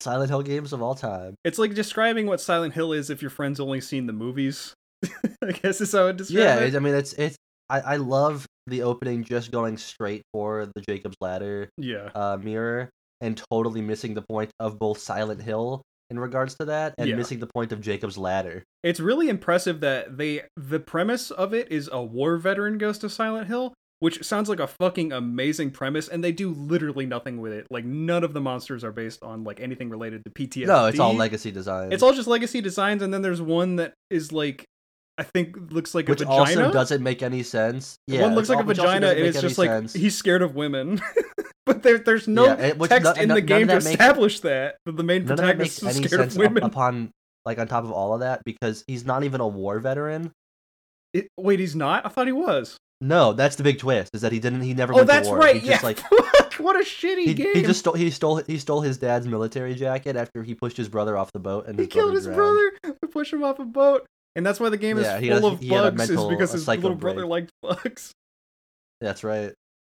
Speaker 2: Silent Hill games of all time.
Speaker 1: It's like describing what Silent Hill is if your friend's only seen the movies. (laughs) I guess is how it describes
Speaker 2: yeah,
Speaker 1: it.
Speaker 2: it, I mean it's it's I, I love the opening just going straight for the Jacob's Ladder
Speaker 1: yeah.
Speaker 2: uh, mirror and totally missing the point of both Silent Hill in regards to that and
Speaker 1: Yeah.
Speaker 2: missing the point of Jacob's Ladder.
Speaker 1: It's really impressive that they the premise of it is a war veteran goes to Silent Hill, which sounds like a fucking amazing premise, and they do literally nothing with it. Like none of the monsters are based on like anything related to PTSD.
Speaker 2: No, it's all legacy design.
Speaker 1: It's all just legacy designs, and then there's one that is like I think looks like
Speaker 2: which
Speaker 1: a vagina.
Speaker 2: also doesn't make any sense. Yeah,
Speaker 1: one looks
Speaker 2: it's
Speaker 1: like a
Speaker 2: all- which also
Speaker 1: vagina,
Speaker 2: doesn't
Speaker 1: and
Speaker 2: make
Speaker 1: it's
Speaker 2: any
Speaker 1: just like
Speaker 2: sense.
Speaker 1: he's scared of women. (laughs) but there, there's no
Speaker 2: Yeah, it- which
Speaker 1: text
Speaker 2: none-
Speaker 1: in
Speaker 2: none-
Speaker 1: the
Speaker 2: none
Speaker 1: game
Speaker 2: of
Speaker 1: to
Speaker 2: that makes-
Speaker 1: establish that that the main
Speaker 2: none of that makes
Speaker 1: protagonist is
Speaker 2: any
Speaker 1: scared of
Speaker 2: sense up,
Speaker 1: women.
Speaker 2: upon like on top of all of that because he's not even a war veteran.
Speaker 1: It- wait, he's not? I thought he was.
Speaker 2: No, that's the big twist is that he didn't. He never
Speaker 1: Oh,
Speaker 2: went
Speaker 1: that's
Speaker 2: to war.
Speaker 1: right.
Speaker 2: He
Speaker 1: Yeah.
Speaker 2: just
Speaker 1: (laughs)
Speaker 2: like
Speaker 1: Fuck, what a shitty
Speaker 2: he,
Speaker 1: game.
Speaker 2: he just stole he stole he stole his dad's military jacket after he pushed his brother off the boat and
Speaker 1: He
Speaker 2: his
Speaker 1: killed
Speaker 2: brother
Speaker 1: his
Speaker 2: drowned.
Speaker 1: brother. We push him off a boat, and that's why the game is
Speaker 2: Yeah, he had-
Speaker 1: full of
Speaker 2: he had a
Speaker 1: bugs.
Speaker 2: mental-
Speaker 1: is because
Speaker 2: a
Speaker 1: his
Speaker 2: psycho
Speaker 1: little brother
Speaker 2: break.
Speaker 1: liked bugs.
Speaker 2: That's right.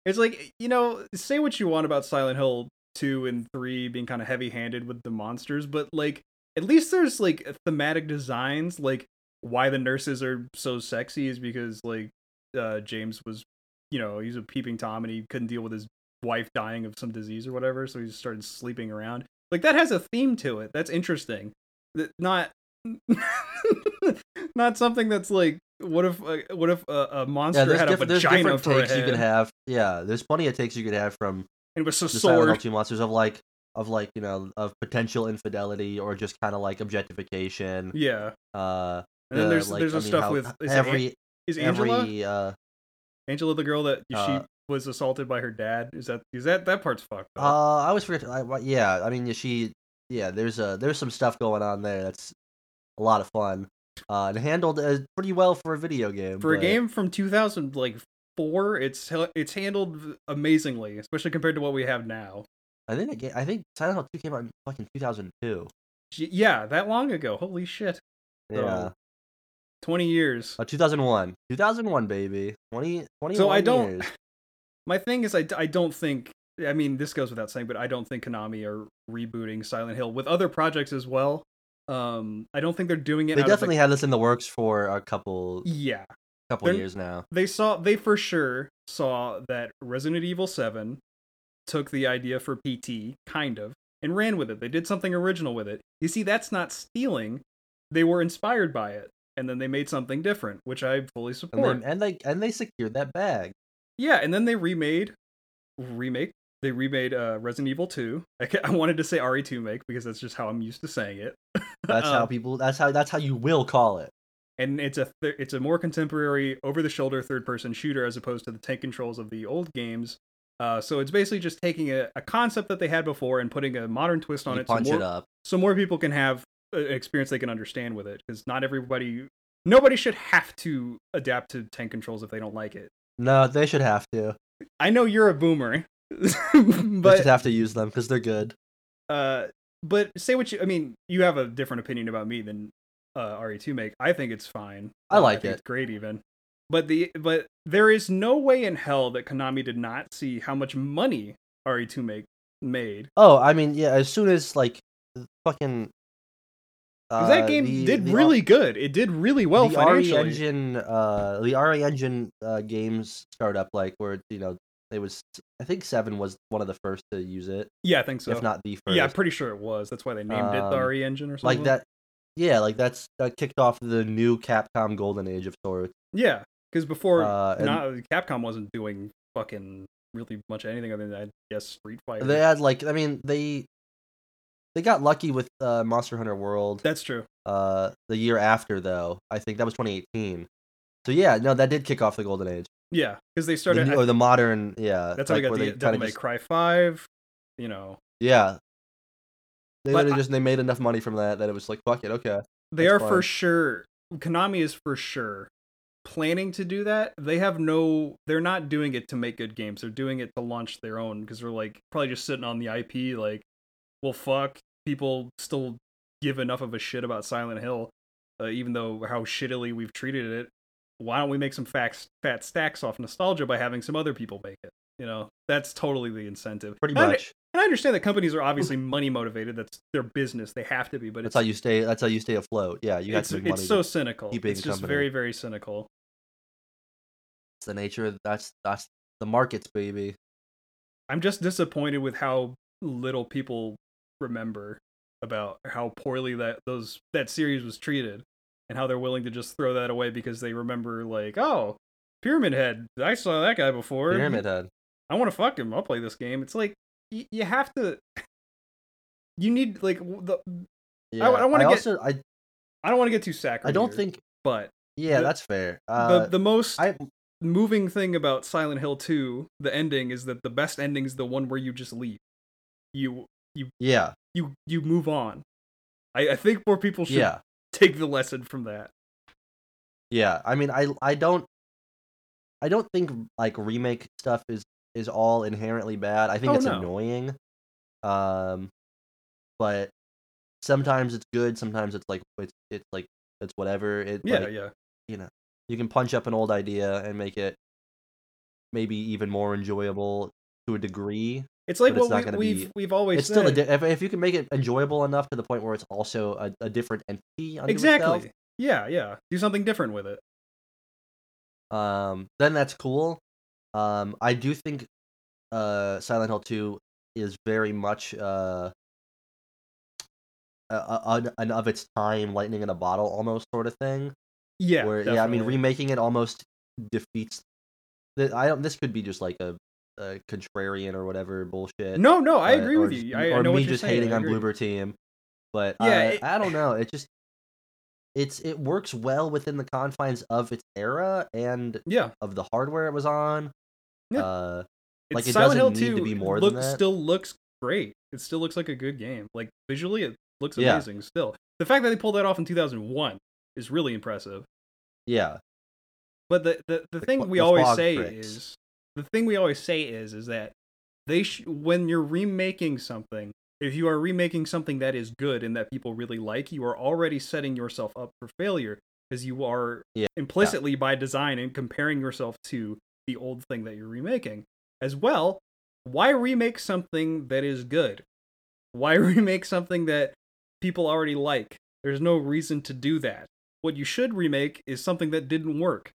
Speaker 1: It's like you know, say what you want about Silent Hill two and three being kind of heavy handed with the monsters, but like at least there's like thematic designs. Like why the nurses are so sexy is because like uh, James was, you know, he's a peeping tom and he couldn't deal with his wife dying of some disease or whatever, so he just started sleeping around. Like that has a theme to it. That's interesting. That not (laughs) not something that's like what if uh, what if a, a
Speaker 2: Yeah,
Speaker 1: monster
Speaker 2: there's,
Speaker 1: had a
Speaker 2: diff- there's
Speaker 1: vagina
Speaker 2: different
Speaker 1: for a
Speaker 2: takes you
Speaker 1: head?
Speaker 2: could have. Yeah, there's plenty of takes you could have from
Speaker 1: and with a
Speaker 2: the Silent Hill
Speaker 1: sword.
Speaker 2: two monsters of like of like you know of potential infidelity or just kind of like objectification.
Speaker 1: Yeah,
Speaker 2: Uh,
Speaker 1: and then
Speaker 2: the,
Speaker 1: there's
Speaker 2: like,
Speaker 1: there's
Speaker 2: I
Speaker 1: the
Speaker 2: mean,
Speaker 1: stuff
Speaker 2: how-
Speaker 1: with is,
Speaker 2: every
Speaker 1: An- is Angela
Speaker 2: every uh,
Speaker 1: Angela the girl that she
Speaker 2: uh,
Speaker 1: was assaulted by her dad. Is that is that that part's fucked up?
Speaker 2: uh I always forget. I, what- yeah, I mean yeah, she yeah there's a there's some stuff going on there that's a lot of fun. Uh, and handled uh, pretty well for a video game.
Speaker 1: For a
Speaker 2: but-
Speaker 1: game from 2000 like four, it's hel- it's handled amazingly, especially compared to what we have now.
Speaker 2: I think that game, I think Silent Hill 2 came out in fucking 2002.
Speaker 1: Gee, Yeah, that long ago. Holy shit. So,
Speaker 2: Yeah.
Speaker 1: 20 years.
Speaker 2: Uh, 2001. 2001, baby. 20, 21
Speaker 1: I don't-
Speaker 2: years.
Speaker 1: My thing is, I, d- I don't think, I mean, this goes without saying, but I don't think Konami are rebooting Silent Hill with other projects as well. Um, I don't think they're doing it.
Speaker 2: They
Speaker 1: out of, like-
Speaker 2: definitely had this in the works for a couple
Speaker 1: yeah.
Speaker 2: couple
Speaker 1: They're-
Speaker 2: years now.
Speaker 1: they saw they for sure saw that Resident Evil 7 took the idea for PT kind of and ran with it. They did something original with it. You see that's not stealing. They were inspired by it and then they made something different, which I fully
Speaker 2: And,
Speaker 1: support.
Speaker 2: then, e- and they and they secured that bag.
Speaker 1: yeah, and then they remade remake they remade uh, Resident Evil 2. I, ca- (laughs) I wanted to say RE2 make because that's just how I'm used to saying it.
Speaker 2: That's how
Speaker 1: Um,
Speaker 2: people. That's how. That's how you will call it.
Speaker 1: and it's a th- it's a more contemporary over-the-shoulder third-person shooter as opposed to the tank controls of the old games. Uh, so it's basically just taking a, a concept that they had before and putting a modern twist on
Speaker 2: You
Speaker 1: it, so
Speaker 2: punch
Speaker 1: more,
Speaker 2: it up.
Speaker 1: so more people can have a- an experience they can understand with it. Because not everybody, nobody should have to adapt to tank controls if they don't like it.
Speaker 2: No, they should have to.
Speaker 1: I know you're a boomer, (laughs)
Speaker 2: they
Speaker 1: but
Speaker 2: should have to use them because they're good.
Speaker 1: uh, but say what you. I mean, you have a different opinion about me than uh, RE2 make. I think it's fine. Uh,
Speaker 2: I like
Speaker 1: think
Speaker 2: it.
Speaker 1: It's great even. But the but there is no way in hell that Konami did not see how much money RE2 make made.
Speaker 2: Oh, I mean, yeah. As soon as like, fucking,
Speaker 1: 'Cause that
Speaker 2: Uh,
Speaker 1: game
Speaker 2: the-
Speaker 1: did
Speaker 2: the
Speaker 1: really good. It did really well
Speaker 2: the RE
Speaker 1: financially.
Speaker 2: engine, uh, the RE engine uh, games start up like where you know it was. I think Seven was one of the first to use it,
Speaker 1: yeah, I think so.
Speaker 2: if not the first.
Speaker 1: yeah, I'm pretty sure it was. That's why they named it the
Speaker 2: Um,
Speaker 1: RE engine or something.
Speaker 2: like that. Yeah, like that's that kicked off the new Capcom Golden Age of sorts.
Speaker 1: Yeah, because before
Speaker 2: Uh, and
Speaker 1: not, Capcom wasn't doing fucking really much anything other than I guess Street Fighter.
Speaker 2: they had like, I mean, they they got lucky with uh, Monster Hunter World.
Speaker 1: That's true.
Speaker 2: Uh, the year after though, I think that was 2018. So yeah, no, that did kick off the Golden Age,
Speaker 1: Yeah, because they
Speaker 2: the
Speaker 1: started.
Speaker 2: new- or the modern. Yeah,
Speaker 1: that's how we
Speaker 2: like
Speaker 1: got
Speaker 2: where
Speaker 1: the uh,
Speaker 2: kinda
Speaker 1: Devil May
Speaker 2: just-
Speaker 1: Cry Five. You know,
Speaker 2: Yeah. They
Speaker 1: But
Speaker 2: literally
Speaker 1: I-
Speaker 2: just they made enough money from that that it was like fuck it okay
Speaker 1: they
Speaker 2: That's
Speaker 1: are for
Speaker 2: fine.
Speaker 1: sure. Konami is for sure planning to do that. They have no. They're not doing it to make good games. They're doing it to launch their own because they're like probably just sitting on the IP. Like, well, fuck. People still give enough of a shit about Silent Hill, uh, even though how shittily we've treated it. Why don't we make some facts, fat stacks off nostalgia by having some other people make it? You know, that's totally the incentive.
Speaker 2: pretty
Speaker 1: And I-
Speaker 2: much
Speaker 1: And I understand that companies are obviously money motivated. That's their business. They have to be. But it's
Speaker 2: that's how you stay that's how you stay afloat yeah you got
Speaker 1: it's,
Speaker 2: to make
Speaker 1: it's
Speaker 2: money
Speaker 1: so
Speaker 2: that's
Speaker 1: cynical.
Speaker 2: keep being
Speaker 1: It's just
Speaker 2: company.
Speaker 1: very, very cynical.
Speaker 2: the nature of that's that's the markets baby
Speaker 1: I'm just disappointed with how little people remember about how poorly that those that series was treated and how they're willing to just throw that away because they remember like, oh, Pyramid Head, I saw that guy before.
Speaker 2: pyramid head
Speaker 1: I want to fuck him. I'll play this game. It's like y- you have to you need like w- the
Speaker 2: yeah
Speaker 1: I wanna get-
Speaker 2: also- I
Speaker 1: I don't want to get too saccharine.
Speaker 2: I don't
Speaker 1: here,
Speaker 2: think
Speaker 1: but
Speaker 2: yeah
Speaker 1: the-
Speaker 2: that's fair uh,
Speaker 1: the the most
Speaker 2: I
Speaker 1: moving thing about Silent Hill 2, the ending is that the best ending is the one where you just leave. You
Speaker 2: yeah
Speaker 1: you you move on. I, I think more people should
Speaker 2: yeah
Speaker 1: take the lesson from that.
Speaker 2: yeah I mean I I don't I don't think like remake stuff is is all inherently bad I think
Speaker 1: Oh,
Speaker 2: it's
Speaker 1: no.
Speaker 2: annoying um but sometimes it's good sometimes it's like it's it's like it's whatever it
Speaker 1: Yeah,
Speaker 2: like,
Speaker 1: yeah.
Speaker 2: you can punch up an old idea and make it maybe even more enjoyable to a degree.
Speaker 1: It's like
Speaker 2: but it's
Speaker 1: what
Speaker 2: not
Speaker 1: we,
Speaker 2: gonna
Speaker 1: we've
Speaker 2: be-
Speaker 1: we've always
Speaker 2: It's still a
Speaker 1: said.
Speaker 2: di- if, if you can make it enjoyable enough to the point where it's also a, a different entity. Unto
Speaker 1: exactly.
Speaker 2: itself,
Speaker 1: Yeah, yeah. Do something different with it.
Speaker 2: um, then that's cool. Um, I do think uh, Silent Hill Two is very much uh, a, a, an- an of its time, lightning in a bottle, almost sort of thing.
Speaker 1: Yeah,
Speaker 2: where yeah, I mean
Speaker 1: definitely.
Speaker 2: remaking it almost defeats. The, I don't. This could be just like a, a contrarian or whatever bullshit.
Speaker 1: No, no, I
Speaker 2: uh,
Speaker 1: agree
Speaker 2: or
Speaker 1: with
Speaker 2: just-
Speaker 1: you. I, I
Speaker 2: or
Speaker 1: know
Speaker 2: me
Speaker 1: what you're
Speaker 2: just
Speaker 1: saying.
Speaker 2: hating
Speaker 1: I
Speaker 2: on
Speaker 1: agree.
Speaker 2: Bloober Team, but
Speaker 1: Yeah,
Speaker 2: I,
Speaker 1: it-
Speaker 2: I don't know. It just it's it works well within the confines of its era and
Speaker 1: Yeah,
Speaker 2: of the hardware it was on.
Speaker 1: Yeah.
Speaker 2: Uh,
Speaker 1: it's
Speaker 2: Like, it
Speaker 1: Silent Hill
Speaker 2: doesn't need
Speaker 1: 2
Speaker 2: to be more than
Speaker 1: look,
Speaker 2: that.
Speaker 1: still looks great. It still looks like a good game. Like visually, it looks
Speaker 2: Yeah.
Speaker 1: amazing. Still, the fact that they pulled that off in 2001 is really impressive.
Speaker 2: yeah,
Speaker 1: But the the, the
Speaker 2: The
Speaker 1: thing
Speaker 2: cl-
Speaker 1: we
Speaker 2: the
Speaker 1: always
Speaker 2: fog
Speaker 1: say
Speaker 2: breaks.
Speaker 1: is the thing we always say is is that they sh- when you're remaking something, if you are remaking something that is good and that people really like, you are already setting yourself up for failure because you are
Speaker 2: Yeah.
Speaker 1: implicitly by design and comparing yourself to the old thing that you're remaking. As well, why remake something that is good? Why (laughs) remake something that people already like? There's no reason to do that. What you should remake is something that didn't work.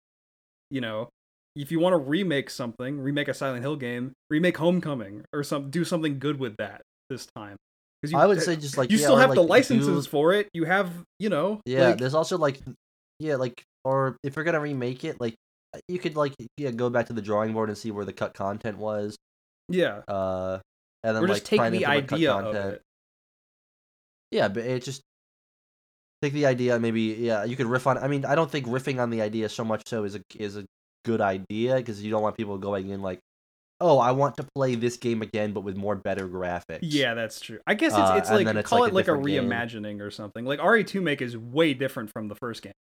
Speaker 1: You know, if you want to remake something, remake a Silent Hill game, remake Homecoming or some do something good with that this time. 'Cause you-
Speaker 2: I would say just like
Speaker 1: you
Speaker 2: yeah,
Speaker 1: still
Speaker 2: or,
Speaker 1: have
Speaker 2: like,
Speaker 1: the
Speaker 2: do-
Speaker 1: licenses for it. You have, you know,
Speaker 2: Yeah,
Speaker 1: like-
Speaker 2: there's also like, yeah, like, or if you're gonna remake it, like, uh, you could like, yeah, go back to the drawing board and see where the cut content was,
Speaker 1: yeah.
Speaker 2: uh, and then
Speaker 1: Or
Speaker 2: like
Speaker 1: just take
Speaker 2: try and
Speaker 1: the
Speaker 2: implement cut
Speaker 1: idea of
Speaker 2: content.
Speaker 1: it.
Speaker 2: Yeah, but it just take the idea. Maybe yeah, you could riff on. I mean, I don't think riffing on the idea so much so is a is a good idea because you don't want people going in like, oh, I want to play this game again, but with more better graphics.
Speaker 1: Yeah, that's true. I guess it's,
Speaker 2: Uh,
Speaker 1: it's
Speaker 2: and
Speaker 1: like
Speaker 2: then it's
Speaker 1: call
Speaker 2: like a
Speaker 1: it like a
Speaker 2: different game.
Speaker 1: reimagining or something. Like RE2 Make is way different from the first game.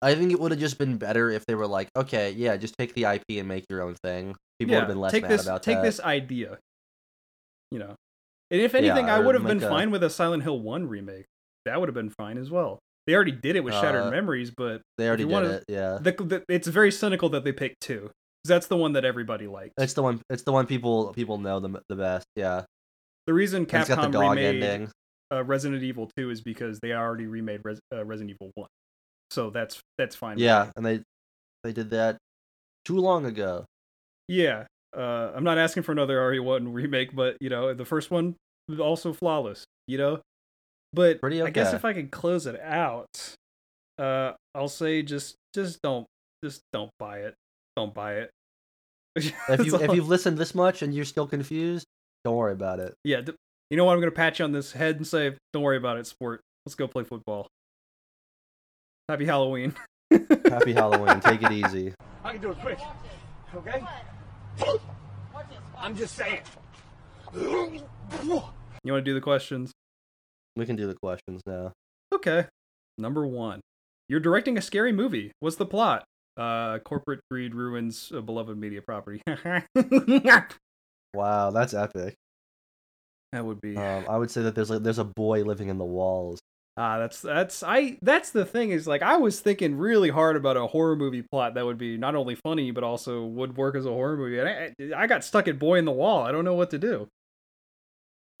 Speaker 2: I think it would have just been better if they were like, okay, yeah, just take the IP and make your own thing. People would have been less
Speaker 1: take
Speaker 2: mad
Speaker 1: this,
Speaker 2: about
Speaker 1: take
Speaker 2: that.
Speaker 1: this idea. You know, and if
Speaker 2: Yeah,
Speaker 1: anything, I
Speaker 2: or
Speaker 1: would have been
Speaker 2: make a-
Speaker 1: fine with a Silent Hill One remake. That would have been fine as well. They already did it with Shattered
Speaker 2: Uh,
Speaker 1: Memories, but
Speaker 2: They already
Speaker 1: you
Speaker 2: did
Speaker 1: wanna-
Speaker 2: it. Yeah,
Speaker 1: the, the, it's very cynical that they picked two. 'Cause That's the one that everybody likes.
Speaker 2: it's the one. It's the one people people know the m- the best. Yeah,
Speaker 1: the reason
Speaker 2: And it's got the
Speaker 1: Capcom
Speaker 2: dog
Speaker 1: remade
Speaker 2: ending.
Speaker 1: uh, Resident Evil 2 is because they already remade Res- uh, Resident Evil 1. So that's that's fine. with
Speaker 2: Yeah,
Speaker 1: me.
Speaker 2: and they they did that too
Speaker 1: (laughs)
Speaker 2: long ago.
Speaker 1: Yeah. Uh, I'm not asking for another RE1 (laughs) remake, but you know, the first one was also flawless, you know? But
Speaker 2: Pretty
Speaker 1: I guess
Speaker 2: okay.
Speaker 1: if I could close it out, uh, I'll say just just don't just don't buy it. Don't buy it. (laughs)
Speaker 2: If you
Speaker 1: That's
Speaker 2: if
Speaker 1: all-
Speaker 2: you've listened this much and you're still confused, don't worry about it.
Speaker 1: yeah, d- you know what? I'm gonna pat you on this head and say, don't worry about it, sport. Let's go play football. Happy Halloween. (laughs)
Speaker 2: Happy Halloween. Take it easy.
Speaker 4: I can do it quick. Okay? I'm just saying.
Speaker 1: You want to do the questions?
Speaker 2: We can do the questions now.
Speaker 1: Okay. Number one, you're directing a scary movie. What's the plot? Uh, corporate greed ruins a beloved media property. (laughs) that
Speaker 2: Wow, that's epic.
Speaker 1: would be
Speaker 2: Um, I would say that there's like there's a boy living in the walls.
Speaker 1: ah, that's that's I that's the thing is like I was thinking really hard about a horror movie plot that would be not only funny but also would work as a horror movie, and I I got stuck at boy in the wall. I don't know what to do.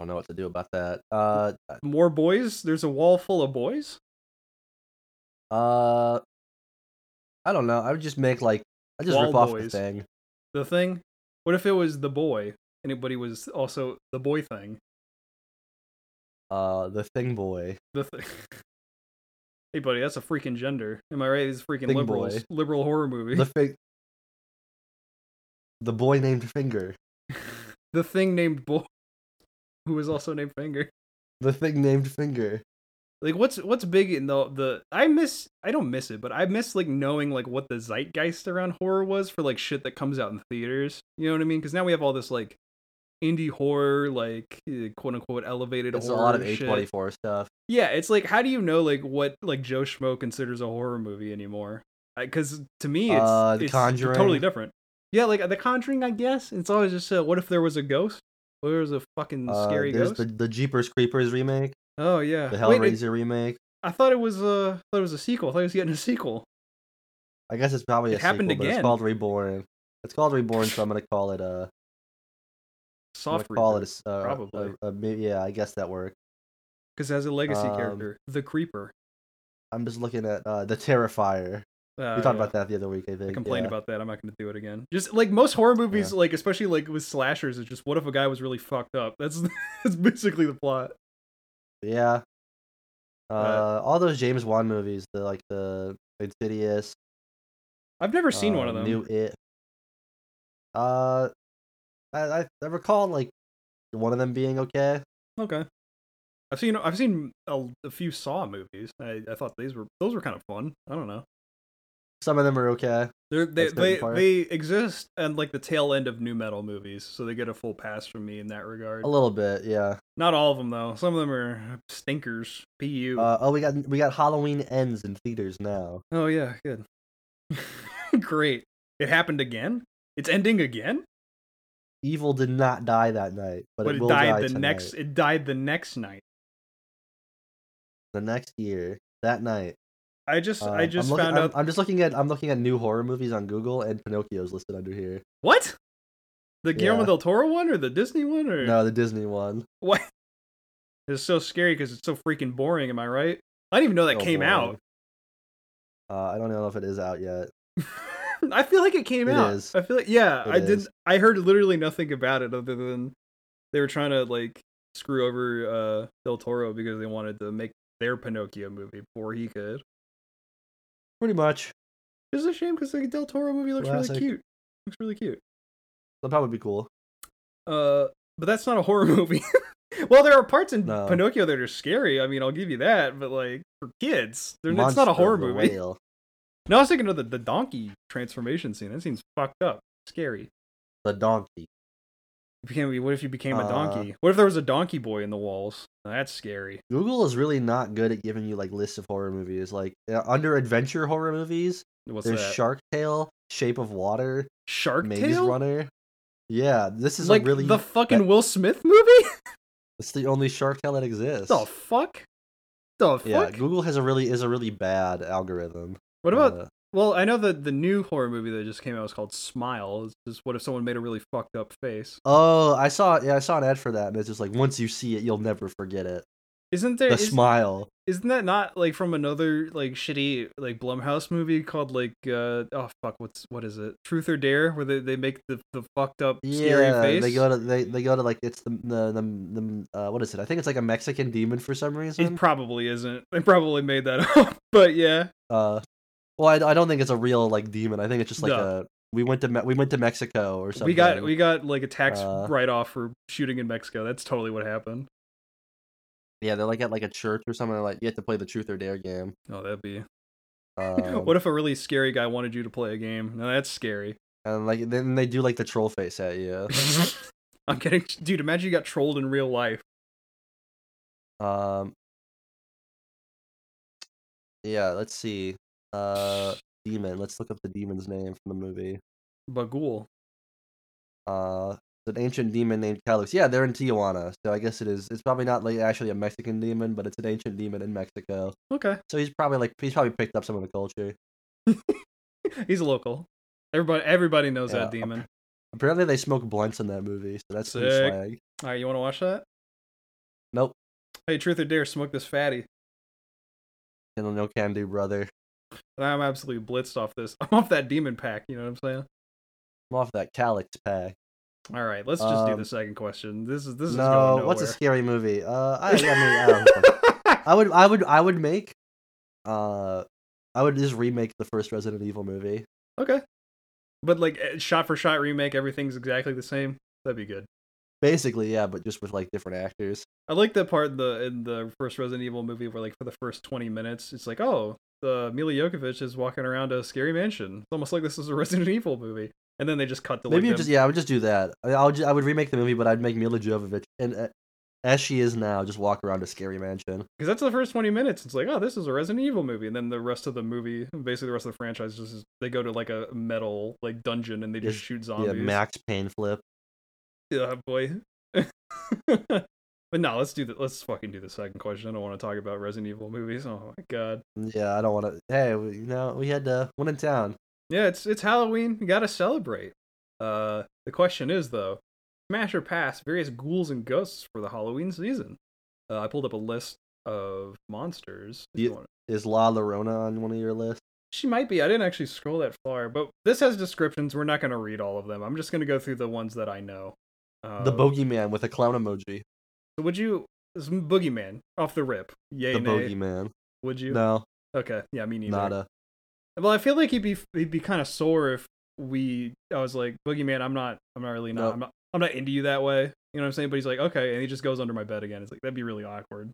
Speaker 2: I don't know what to do about that. Uh,
Speaker 1: More boys. There's a wall full of boys.
Speaker 2: uh, I don't know. I would just make like I just
Speaker 1: Wall
Speaker 2: rip off
Speaker 1: boys.
Speaker 2: the thing.
Speaker 1: The thing. What if it was the boy? Anybody was also the boy thing.
Speaker 2: Uh, the thing boy.
Speaker 1: the thing. (laughs) hey, buddy, that's a freaking gender. Am I right? These freaking
Speaker 2: Big
Speaker 1: liberals,
Speaker 2: boy.
Speaker 1: liberal horror movie. (laughs)
Speaker 2: The
Speaker 1: The,
Speaker 2: fig. The boy named Finger.
Speaker 1: thing named Boy, who was also named Finger.
Speaker 2: The thing named Finger.
Speaker 1: Like, what's what's big in the the? I miss. I don't miss it, but I miss like knowing like what the zeitgeist around horror was for like shit that comes out in theaters. You know what I mean? Because now we have all this like indie horror, like eh, quote unquote elevated
Speaker 2: It's a
Speaker 1: horror.
Speaker 2: lot of
Speaker 1: shit.
Speaker 2: A24 stuff.
Speaker 1: Yeah, it's like how do you know like what like Joe Schmo considers a horror movie anymore? Because to me, it's,
Speaker 2: Uh, The
Speaker 1: it's
Speaker 2: Conjuring.
Speaker 1: totally different. Yeah, like uh, The Conjuring, I guess. It's always just uh, what if there was a ghost? What if there was a fucking
Speaker 2: Uh,
Speaker 1: scary
Speaker 2: there's
Speaker 1: ghost?
Speaker 2: the the Jeepers Creepers remake,
Speaker 1: oh yeah,
Speaker 2: the
Speaker 1: Wait, it-
Speaker 2: Hellraiser remake.
Speaker 1: I thought it was uh, I thought it was a sequel. I thought it was getting a sequel.
Speaker 2: I guess it's probably
Speaker 1: It
Speaker 2: a
Speaker 1: happened
Speaker 2: sequel, but
Speaker 1: again.
Speaker 2: it's called Reborn. It's called Reborn, so I'm gonna call it a I'm
Speaker 1: Soft
Speaker 2: gonna call it a,
Speaker 1: because
Speaker 2: s- uh,
Speaker 1: probably.
Speaker 2: a- a- may- yeah. I guess that works.
Speaker 1: it has a legacy
Speaker 2: um,
Speaker 1: character, the Creeper.
Speaker 2: I'm just looking at uh, the Terrifier.
Speaker 1: Uh,
Speaker 2: we talked about that the other week. I think.
Speaker 1: I complained
Speaker 2: yeah.
Speaker 1: about that. I'm not going to do it again. Just like most horror movies, like especially like with slashers, it's just what if a guy was really fucked up? That's (laughs) that's basically the plot.
Speaker 2: Yeah. Uh,
Speaker 1: Uh,
Speaker 2: all those James Wan movies, the like the Insidious.
Speaker 1: I've never seen one
Speaker 2: uh,
Speaker 1: of them.
Speaker 2: New It. Uh, I, I I recall like one of them being okay.
Speaker 1: Okay. I've seen I've seen a, a few Saw movies. I, I thought these were those were kind of fun. I don't know.
Speaker 2: Some of them are okay.
Speaker 1: They're, they
Speaker 2: That's gotta be
Speaker 1: they
Speaker 2: part of-
Speaker 1: they exist and like the tail end of new metal movies, so they get a full pass from me in that regard.
Speaker 2: A little bit, yeah.
Speaker 1: Not all of them though. Some of them are stinkers. Pu.
Speaker 2: Uh, oh, we got we got Halloween ends in theaters now.
Speaker 1: oh yeah, good. (laughs) Great. It happened again. It's ending again.
Speaker 2: Evil did not die that night, but,
Speaker 1: But,
Speaker 2: it,
Speaker 1: it,
Speaker 2: will
Speaker 1: died
Speaker 2: die
Speaker 1: the
Speaker 2: tonight.
Speaker 1: next. It died the next night.
Speaker 2: the next year that night.
Speaker 1: I just I
Speaker 2: Um,
Speaker 1: just
Speaker 2: I'm looking,
Speaker 1: found
Speaker 2: I'm-
Speaker 1: out
Speaker 2: I'm just looking at I'm looking at new horror movies on Google, and Pinocchio's listed under here.
Speaker 1: what the Guillermo
Speaker 2: Yeah.
Speaker 1: del Toro one or the Disney one or
Speaker 2: No, the Disney one.
Speaker 1: What? (laughs) It's so scary because it's so freaking boring. Am I right? I didn't even know that
Speaker 2: Oh,
Speaker 1: came
Speaker 2: boy.
Speaker 1: out.
Speaker 2: Uh, I don't know if it is out yet.
Speaker 1: (laughs) I feel like it came
Speaker 2: It
Speaker 1: out.
Speaker 2: is.
Speaker 1: I feel like yeah.
Speaker 2: It
Speaker 1: I did.
Speaker 2: is.
Speaker 1: I heard literally nothing about it other than they were trying to like screw over uh Del Toro because they wanted to make their Pinocchio movie before he could.
Speaker 2: Pretty much.
Speaker 1: It's a shame because the Del Toro movie looks
Speaker 2: Classic.
Speaker 1: really cute. Looks really cute.
Speaker 2: That'd probably be cool.
Speaker 1: Uh, but that's not a horror (laughs) movie. well, there are parts in
Speaker 2: No.
Speaker 1: Pinocchio that are scary. I mean, I'll give you that. But like for kids, they're, it's not
Speaker 2: Monster,
Speaker 1: a horror
Speaker 2: the
Speaker 1: movie.
Speaker 2: Whale.
Speaker 1: No, I was thinking of the, the donkey transformation scene. That seems fucked up. Scary.
Speaker 2: The donkey.
Speaker 1: You became, what if you became a
Speaker 2: Uh,
Speaker 1: donkey? What if there was a donkey boy in the walls? Now, that's scary.
Speaker 2: Google is really not good at giving you like lists of horror movies. Like uh, under adventure horror movies,
Speaker 1: What's
Speaker 2: there's
Speaker 1: that?
Speaker 2: Shark Tale, Shape of Water,
Speaker 1: Shark
Speaker 2: Maze
Speaker 1: Tale?
Speaker 2: Runner. Yeah, this is
Speaker 1: like
Speaker 2: a really
Speaker 1: the fucking
Speaker 2: that-
Speaker 1: Will Smith movie? (laughs)
Speaker 2: It's the only Shark Tale that exists.
Speaker 1: the fuck? The fuck?
Speaker 2: yeah, Google has a really is a really bad algorithm.
Speaker 1: what about?
Speaker 2: Uh,
Speaker 1: well, I know that the new horror movie that just came out was called Smile. It's just what if someone made a really fucked up face?
Speaker 2: oh, I saw yeah, I saw an ad for that, and it's just like once you see it, you'll never forget it.
Speaker 1: Isn't there
Speaker 2: The
Speaker 1: is-
Speaker 2: smile.
Speaker 1: isn't that not like from another like shitty like Blumhouse movie called like uh oh fuck what's what is it Truth or Dare where they, they make the, the fucked up scary
Speaker 2: yeah,
Speaker 1: face
Speaker 2: they go to they, they go to like it's the the the, the uh, what is it? I think it's like a Mexican demon for some
Speaker 1: it
Speaker 2: reason.
Speaker 1: probably isn't they probably made that (laughs) up but yeah
Speaker 2: uh, well, I, I don't think it's a real like demon. I think it's just like
Speaker 1: No.
Speaker 2: a we went to Me- we went to Mexico or something.
Speaker 1: we got we got like a tax
Speaker 2: Uh,
Speaker 1: write off for shooting in Mexico that's totally what happened
Speaker 2: yeah, they're like at like a church or something. Like you have to play the truth or
Speaker 1: (laughs)
Speaker 2: dare game.
Speaker 1: oh that'd be
Speaker 2: Um,
Speaker 1: what if a really scary guy wanted you to play a game now that's scary (laughs)
Speaker 2: and like then they do like the troll face at you.
Speaker 1: I'm kidding dude imagine you got trolled in real life
Speaker 2: Um. Yeah, let's see. Uh, demon. Let's look up the demon's name from the movie.
Speaker 1: Bagul
Speaker 2: Uh, it's an ancient demon named Calix. Yeah, they're in Tijuana, so I guess it is. It's probably not like actually a Mexican demon, but it's an ancient demon in Mexico.
Speaker 1: okay (laughs)
Speaker 2: So he's probably like he's probably picked up some of the culture.
Speaker 1: he's local everybody everybody knows
Speaker 2: Yeah,
Speaker 1: that demon
Speaker 2: Apparently, they smoke blunts in that movie, so that's pretty
Speaker 1: Sick.
Speaker 2: swag.
Speaker 1: All right, you want to watch that?
Speaker 2: Nope,
Speaker 1: Hey, truth or dare, smoke this fatty.
Speaker 2: and no can do, brother.
Speaker 1: And I'm absolutely blitzed off this. (laughs) I'm off that demon pack. You know what I'm saying?
Speaker 2: I'm off that Calix pack.
Speaker 1: All right, let's just do
Speaker 2: Um,
Speaker 1: the second question. This is this is
Speaker 2: no,
Speaker 1: going
Speaker 2: what's a
Speaker 1: nowhere.
Speaker 2: scary movie? Uh, I, I mean,
Speaker 1: (laughs)
Speaker 2: I don't know. I would, I would, I would make, uh, I would just remake the first Resident Evil movie.
Speaker 1: okay, but like eh, shot for shot remake, everything's exactly the same. That'd be good.
Speaker 2: Basically, yeah, but just with like different actors.
Speaker 1: I like that part in the in the first Resident Evil movie where like for the first 20 minutes, it's like oh, the Mila Jokovic is walking around a scary mansion. It's almost like this is a (laughs) Resident Evil movie. And then they just cut to
Speaker 2: Maybe
Speaker 1: like,
Speaker 2: you
Speaker 1: them-
Speaker 2: just, yeah, I would just do that. I, I would, ju- I would remake the movie, but I'd make Mila Jovovich and uh, as she is now, just walk around a scary mansion.
Speaker 1: because that's the first 20 minutes it's like oh this is a resident evil movie and then the rest of the movie basically the rest of the franchise just is, they go to like a metal like dungeon and they just
Speaker 2: Yes,
Speaker 1: shoot
Speaker 2: Yeah,
Speaker 1: zombies
Speaker 2: Max Payne flip.
Speaker 1: (laughs) yeah boy but no let's do that let's fucking do the second question i don't want to talk about resident evil movies oh my god
Speaker 2: Yeah, I don't want to. Hey, we, you know, we had uh, one in town.
Speaker 1: yeah it's it's halloween you gotta celebrate uh the question is though smash or pass various ghouls and ghosts for the halloween season uh, i pulled up a list of monsters if you
Speaker 2: Yeah.
Speaker 1: wanna-
Speaker 2: Is La Llorona on one of your lists?
Speaker 1: She might be. I didn't actually scroll that far, but this has descriptions. We're not going to read all of them. I'm just going to go through the ones that I know. Uh,
Speaker 2: the Bogeyman with a clown emoji.
Speaker 1: Would you this boogeyman off the rip? Yay,
Speaker 2: The
Speaker 1: nay.
Speaker 2: Bogeyman.
Speaker 1: Would you?
Speaker 2: No,
Speaker 1: Okay. Yeah, me neither.
Speaker 2: nada.
Speaker 1: Well, I feel like he'd be he'd be kind of sore if we. I was like boogeyman. I'm not. I'm not really not.
Speaker 2: Nope.
Speaker 1: I'm not. I'm not into you that way. You know what I'm saying? But he's like, okay, and he just goes under my bed again. It's like that'd be really awkward.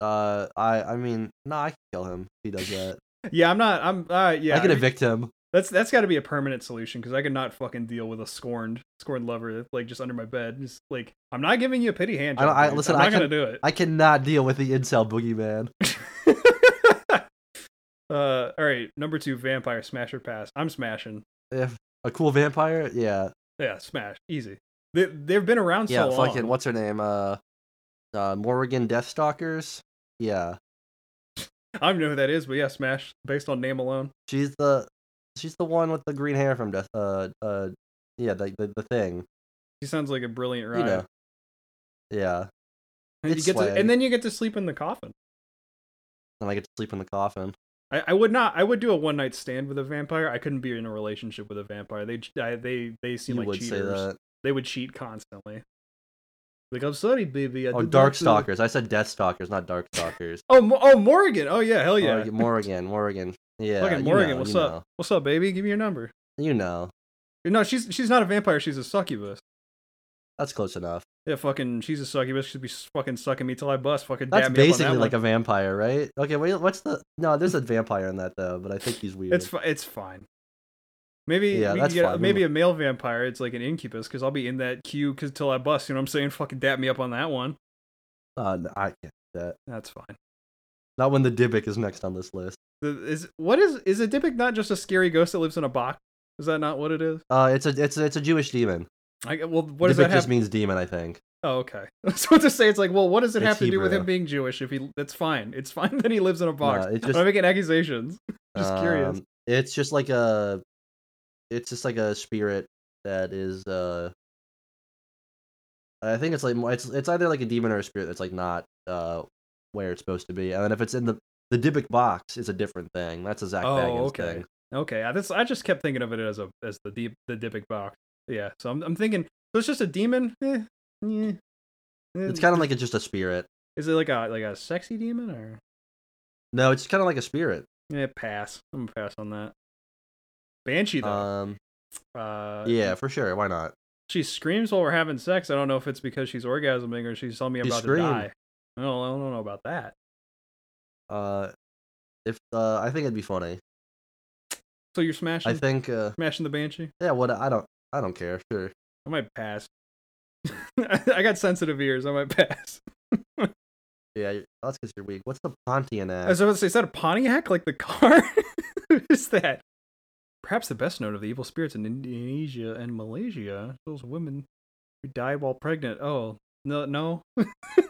Speaker 2: Uh, I, I mean, no, I can kill him. If he does that.
Speaker 1: Yeah, I'm not. I'm. All right. (laughs) Yeah.
Speaker 2: I can
Speaker 1: mean-
Speaker 2: evict him.
Speaker 1: That's that's got to be a permanent solution because I could not fucking deal with a scorned scorned lover like just under my bed. Just like I'm not giving you a pity hand.
Speaker 2: I don't-
Speaker 1: job,
Speaker 2: I-
Speaker 1: dude.
Speaker 2: listen,
Speaker 1: I'm not
Speaker 2: I
Speaker 1: gonna do it.
Speaker 2: I cannot deal with the incel boogeyman.
Speaker 1: (laughs) uh, all right, number two, vampire smasher pass. I'm smashing.
Speaker 2: If a cool vampire, yeah,
Speaker 1: Yeah, smash easy. They they've been around so
Speaker 2: yeah,
Speaker 1: um long.
Speaker 2: fucking what's her name? Uh, uh, Morrigan Deathstalkers. Yeah,
Speaker 1: I don't know who that is, but yeah, smash based on name alone.
Speaker 2: she's the she's the one with the green hair from Death. Uh, uh, yeah, the the, the thing.
Speaker 1: He sounds like a brilliant ride.
Speaker 2: You know. Yeah,
Speaker 1: and, you
Speaker 2: it's
Speaker 1: get to,
Speaker 2: swag.
Speaker 1: and then you get to sleep in the coffin.
Speaker 2: and I get to sleep in the coffin.
Speaker 1: I, I would not. I would do a one night stand with a vampire. I couldn't be in a relationship with a vampire. They I, they they seem
Speaker 2: you
Speaker 1: like
Speaker 2: would
Speaker 1: cheaters.
Speaker 2: say that.
Speaker 1: They would cheat constantly. Like I'm sorry, baby. I
Speaker 2: Oh,
Speaker 1: did not do-"
Speaker 2: Darkstalkers. I said Deathstalkers, not Darkstalkers.
Speaker 1: Oh, Mo- oh, Morgan. (laughs) Oh yeah, hell yeah.
Speaker 2: Morrigan, Morrigan, Morrigan. Yeah,
Speaker 1: Fucking
Speaker 2: you
Speaker 1: Morrigan,
Speaker 2: know,
Speaker 1: what's
Speaker 2: you
Speaker 1: up? What's up, baby? Give me your number.
Speaker 2: know, you know,
Speaker 1: No, she's she's not a vampire. She's a succubus.
Speaker 2: that's close enough.
Speaker 1: Yeah, fucking, she's a succubus. She'd be fucking sucking me till I bust. Fucking.
Speaker 2: That's
Speaker 1: dab me
Speaker 2: basically
Speaker 1: up on that
Speaker 2: like a
Speaker 1: one.
Speaker 2: vampire, right? Okay, wait, what's the no? There's a vampire in that though, but I think he's weird.
Speaker 1: (laughs) It's fi- it's fine. Maybe
Speaker 2: Yeah,
Speaker 1: we
Speaker 2: that's
Speaker 1: could get-
Speaker 2: fine.
Speaker 1: maybe a male vampire. It's like an incubus because I'll be in that queue because till I bust. You know what I'm saying? (laughs) Fucking dap me up on that one.
Speaker 2: uh, no, I can't do that.
Speaker 1: That's fine.
Speaker 2: Not when the Dybbuk is next on this list.
Speaker 1: The, is what is is a Dybbuk not just a scary ghost that lives in a box? Is that not what it is?
Speaker 2: Uh, it's a it's a, it's a Jewish demon.
Speaker 1: I well, what does
Speaker 2: Dybbuk
Speaker 1: that have?
Speaker 2: just means demon, I think.
Speaker 1: oh, okay. (laughs) So to say, it's like, well, what does it
Speaker 2: It's
Speaker 1: have to do with
Speaker 2: Hebrew.
Speaker 1: him being Jewish? If he, that's fine. It's (laughs) fine that he lives in a box.
Speaker 2: No, it's
Speaker 1: I'm
Speaker 2: just
Speaker 1: making accusations. (laughs) Just curious.
Speaker 2: um, It's just like a, it's just like a spirit that is uh, I think it's like more- it's it's either like a demon or a spirit that's like not uh where it's supposed to be. And then if it's in the the Dybbuk box is a different thing. That's a Zach
Speaker 1: Oh,
Speaker 2: Baggins
Speaker 1: okay.
Speaker 2: thing.
Speaker 1: Okay, I, this, I just kept thinking of it as a as the deep the Dybbuk box. Yeah, so I'm, I'm thinking so it's just a demon. Eh, eh, eh.
Speaker 2: It's kind of like it's just a spirit.
Speaker 1: is it like a like a sexy demon or
Speaker 2: No, it's kind of like a spirit.
Speaker 1: yeah pass. I'm gonna pass on that. Banshee though.
Speaker 2: Um,
Speaker 1: Uh,
Speaker 2: yeah, for sure. Why not?
Speaker 1: she screams while we're having sex. I don't know if it's because she's orgasming or she's telling me I'm
Speaker 2: You
Speaker 1: about
Speaker 2: scream.
Speaker 1: to die. I don't, I don't know about that.
Speaker 2: Uh, if uh, I think it'd be funny.
Speaker 1: So you're smashing
Speaker 2: I think uh,
Speaker 1: smashing the banshee.
Speaker 2: yeah. What I don't, I don't care. Sure.
Speaker 1: I might pass. (laughs) I got sensitive ears. I might pass.
Speaker 2: Yeah, you- that's because you're weak. What's the Pontian
Speaker 1: I was
Speaker 2: ass?
Speaker 1: about to say, is that a Pontiac? Like the car? (laughs) what is that? Perhaps the best known of the evil spirits in Indonesia and Malaysia, those women who died while pregnant. Oh, no, no.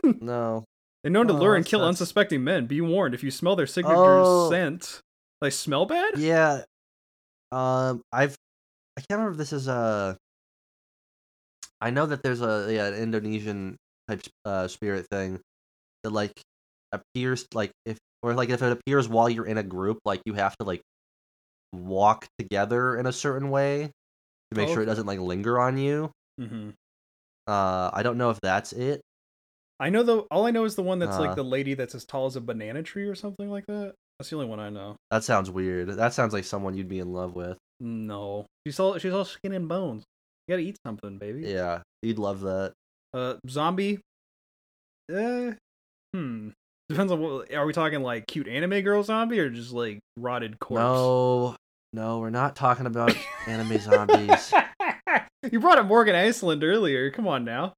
Speaker 2: No.
Speaker 1: They're known to
Speaker 2: Oh,
Speaker 1: lure and
Speaker 2: that's-
Speaker 1: kill
Speaker 2: that's-
Speaker 1: unsuspecting men. Be warned, if you smell their signature
Speaker 2: Oh.
Speaker 1: scent, they smell bad?
Speaker 2: Yeah. Um, I've I can't remember if this is uh I know that there's a yeah an Indonesian type s- uh spirit thing that like appears like if or like if it appears while you're in a group like you have to like walk together in a certain way to make sure it
Speaker 1: Okay.
Speaker 2: doesn't like linger on you.
Speaker 1: hmm
Speaker 2: Uh, I don't know if that's it.
Speaker 1: I know, though, all I know is the one that's
Speaker 2: Uh.
Speaker 1: like the lady that's as tall as a banana tree or something like that. That's the only one I know.
Speaker 2: That sounds weird. That sounds like someone you'd be in love with.
Speaker 1: No. She's all, she's all skin and bones. You gotta eat something, baby.
Speaker 2: Yeah, you'd love that.
Speaker 1: Uh, zombie. Uh, hmm. Depends on what. Are we talking like cute anime girl zombie or just like rotted corpse? (laughs)
Speaker 2: No, no, we're not talking
Speaker 1: (coughs)
Speaker 2: about anime zombies.
Speaker 1: (laughs) you brought up Morgan Iceland earlier. Come on now.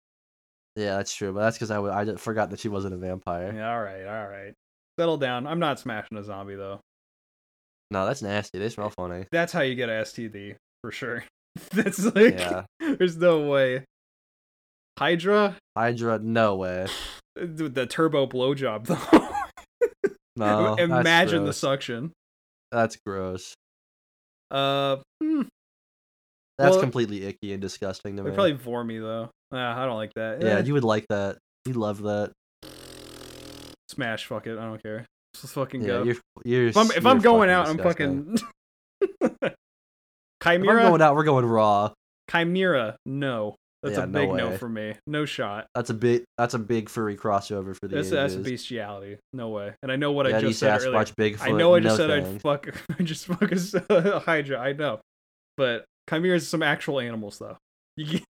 Speaker 2: Yeah, that's true, but that's because I, w- I d- forgot that she wasn't a vampire.
Speaker 1: Yeah, all right, all right. Settle down. I'm not smashing a zombie though.
Speaker 2: No, that's nasty. They smell
Speaker 1: (laughs)
Speaker 2: funny.
Speaker 1: That's how you get a STD for sure. (laughs) That's like
Speaker 2: Yeah.
Speaker 1: (laughs) there's no way. Hydra,
Speaker 2: Hydra, no way.
Speaker 1: Dude, the turbo blowjob (laughs) though. (laughs)
Speaker 2: No, Oh, that's
Speaker 1: Imagine the
Speaker 2: gross.
Speaker 1: suction.
Speaker 2: That's gross.
Speaker 1: Uh, hmm.
Speaker 2: That's
Speaker 1: Well,
Speaker 2: completely icky and disgusting to
Speaker 1: They
Speaker 2: me.
Speaker 1: probably vor me though. Nah, I don't like that.
Speaker 2: Yeah,
Speaker 1: Eh,
Speaker 2: you would like that. You'd love that.
Speaker 1: smash. Fuck it. I don't care. Let's fucking
Speaker 2: Yeah,
Speaker 1: go.
Speaker 2: you're, you're.
Speaker 1: if I'm, if I'm going out, I'm fucking.
Speaker 2: If
Speaker 1: (laughs) Chimera.
Speaker 2: I'm going out, we're going raw.
Speaker 1: Chimera. No, that's
Speaker 2: Yeah,
Speaker 1: a
Speaker 2: no
Speaker 1: big no,
Speaker 2: way.
Speaker 1: for me. No shot.
Speaker 2: That's a big. That's a big furry crossover for the
Speaker 1: That's that's
Speaker 2: ages.
Speaker 1: bestiality. No way. And I know what I
Speaker 2: Yeti,
Speaker 1: just said earlier.
Speaker 2: Sasquatch, Bigfoot.
Speaker 1: I know I just
Speaker 2: no
Speaker 1: said
Speaker 2: thanks.
Speaker 1: I'd fuck. (laughs) I just fuck a, s- a Hydra. I know, but chimeras are some actual animals though. (laughs) You get-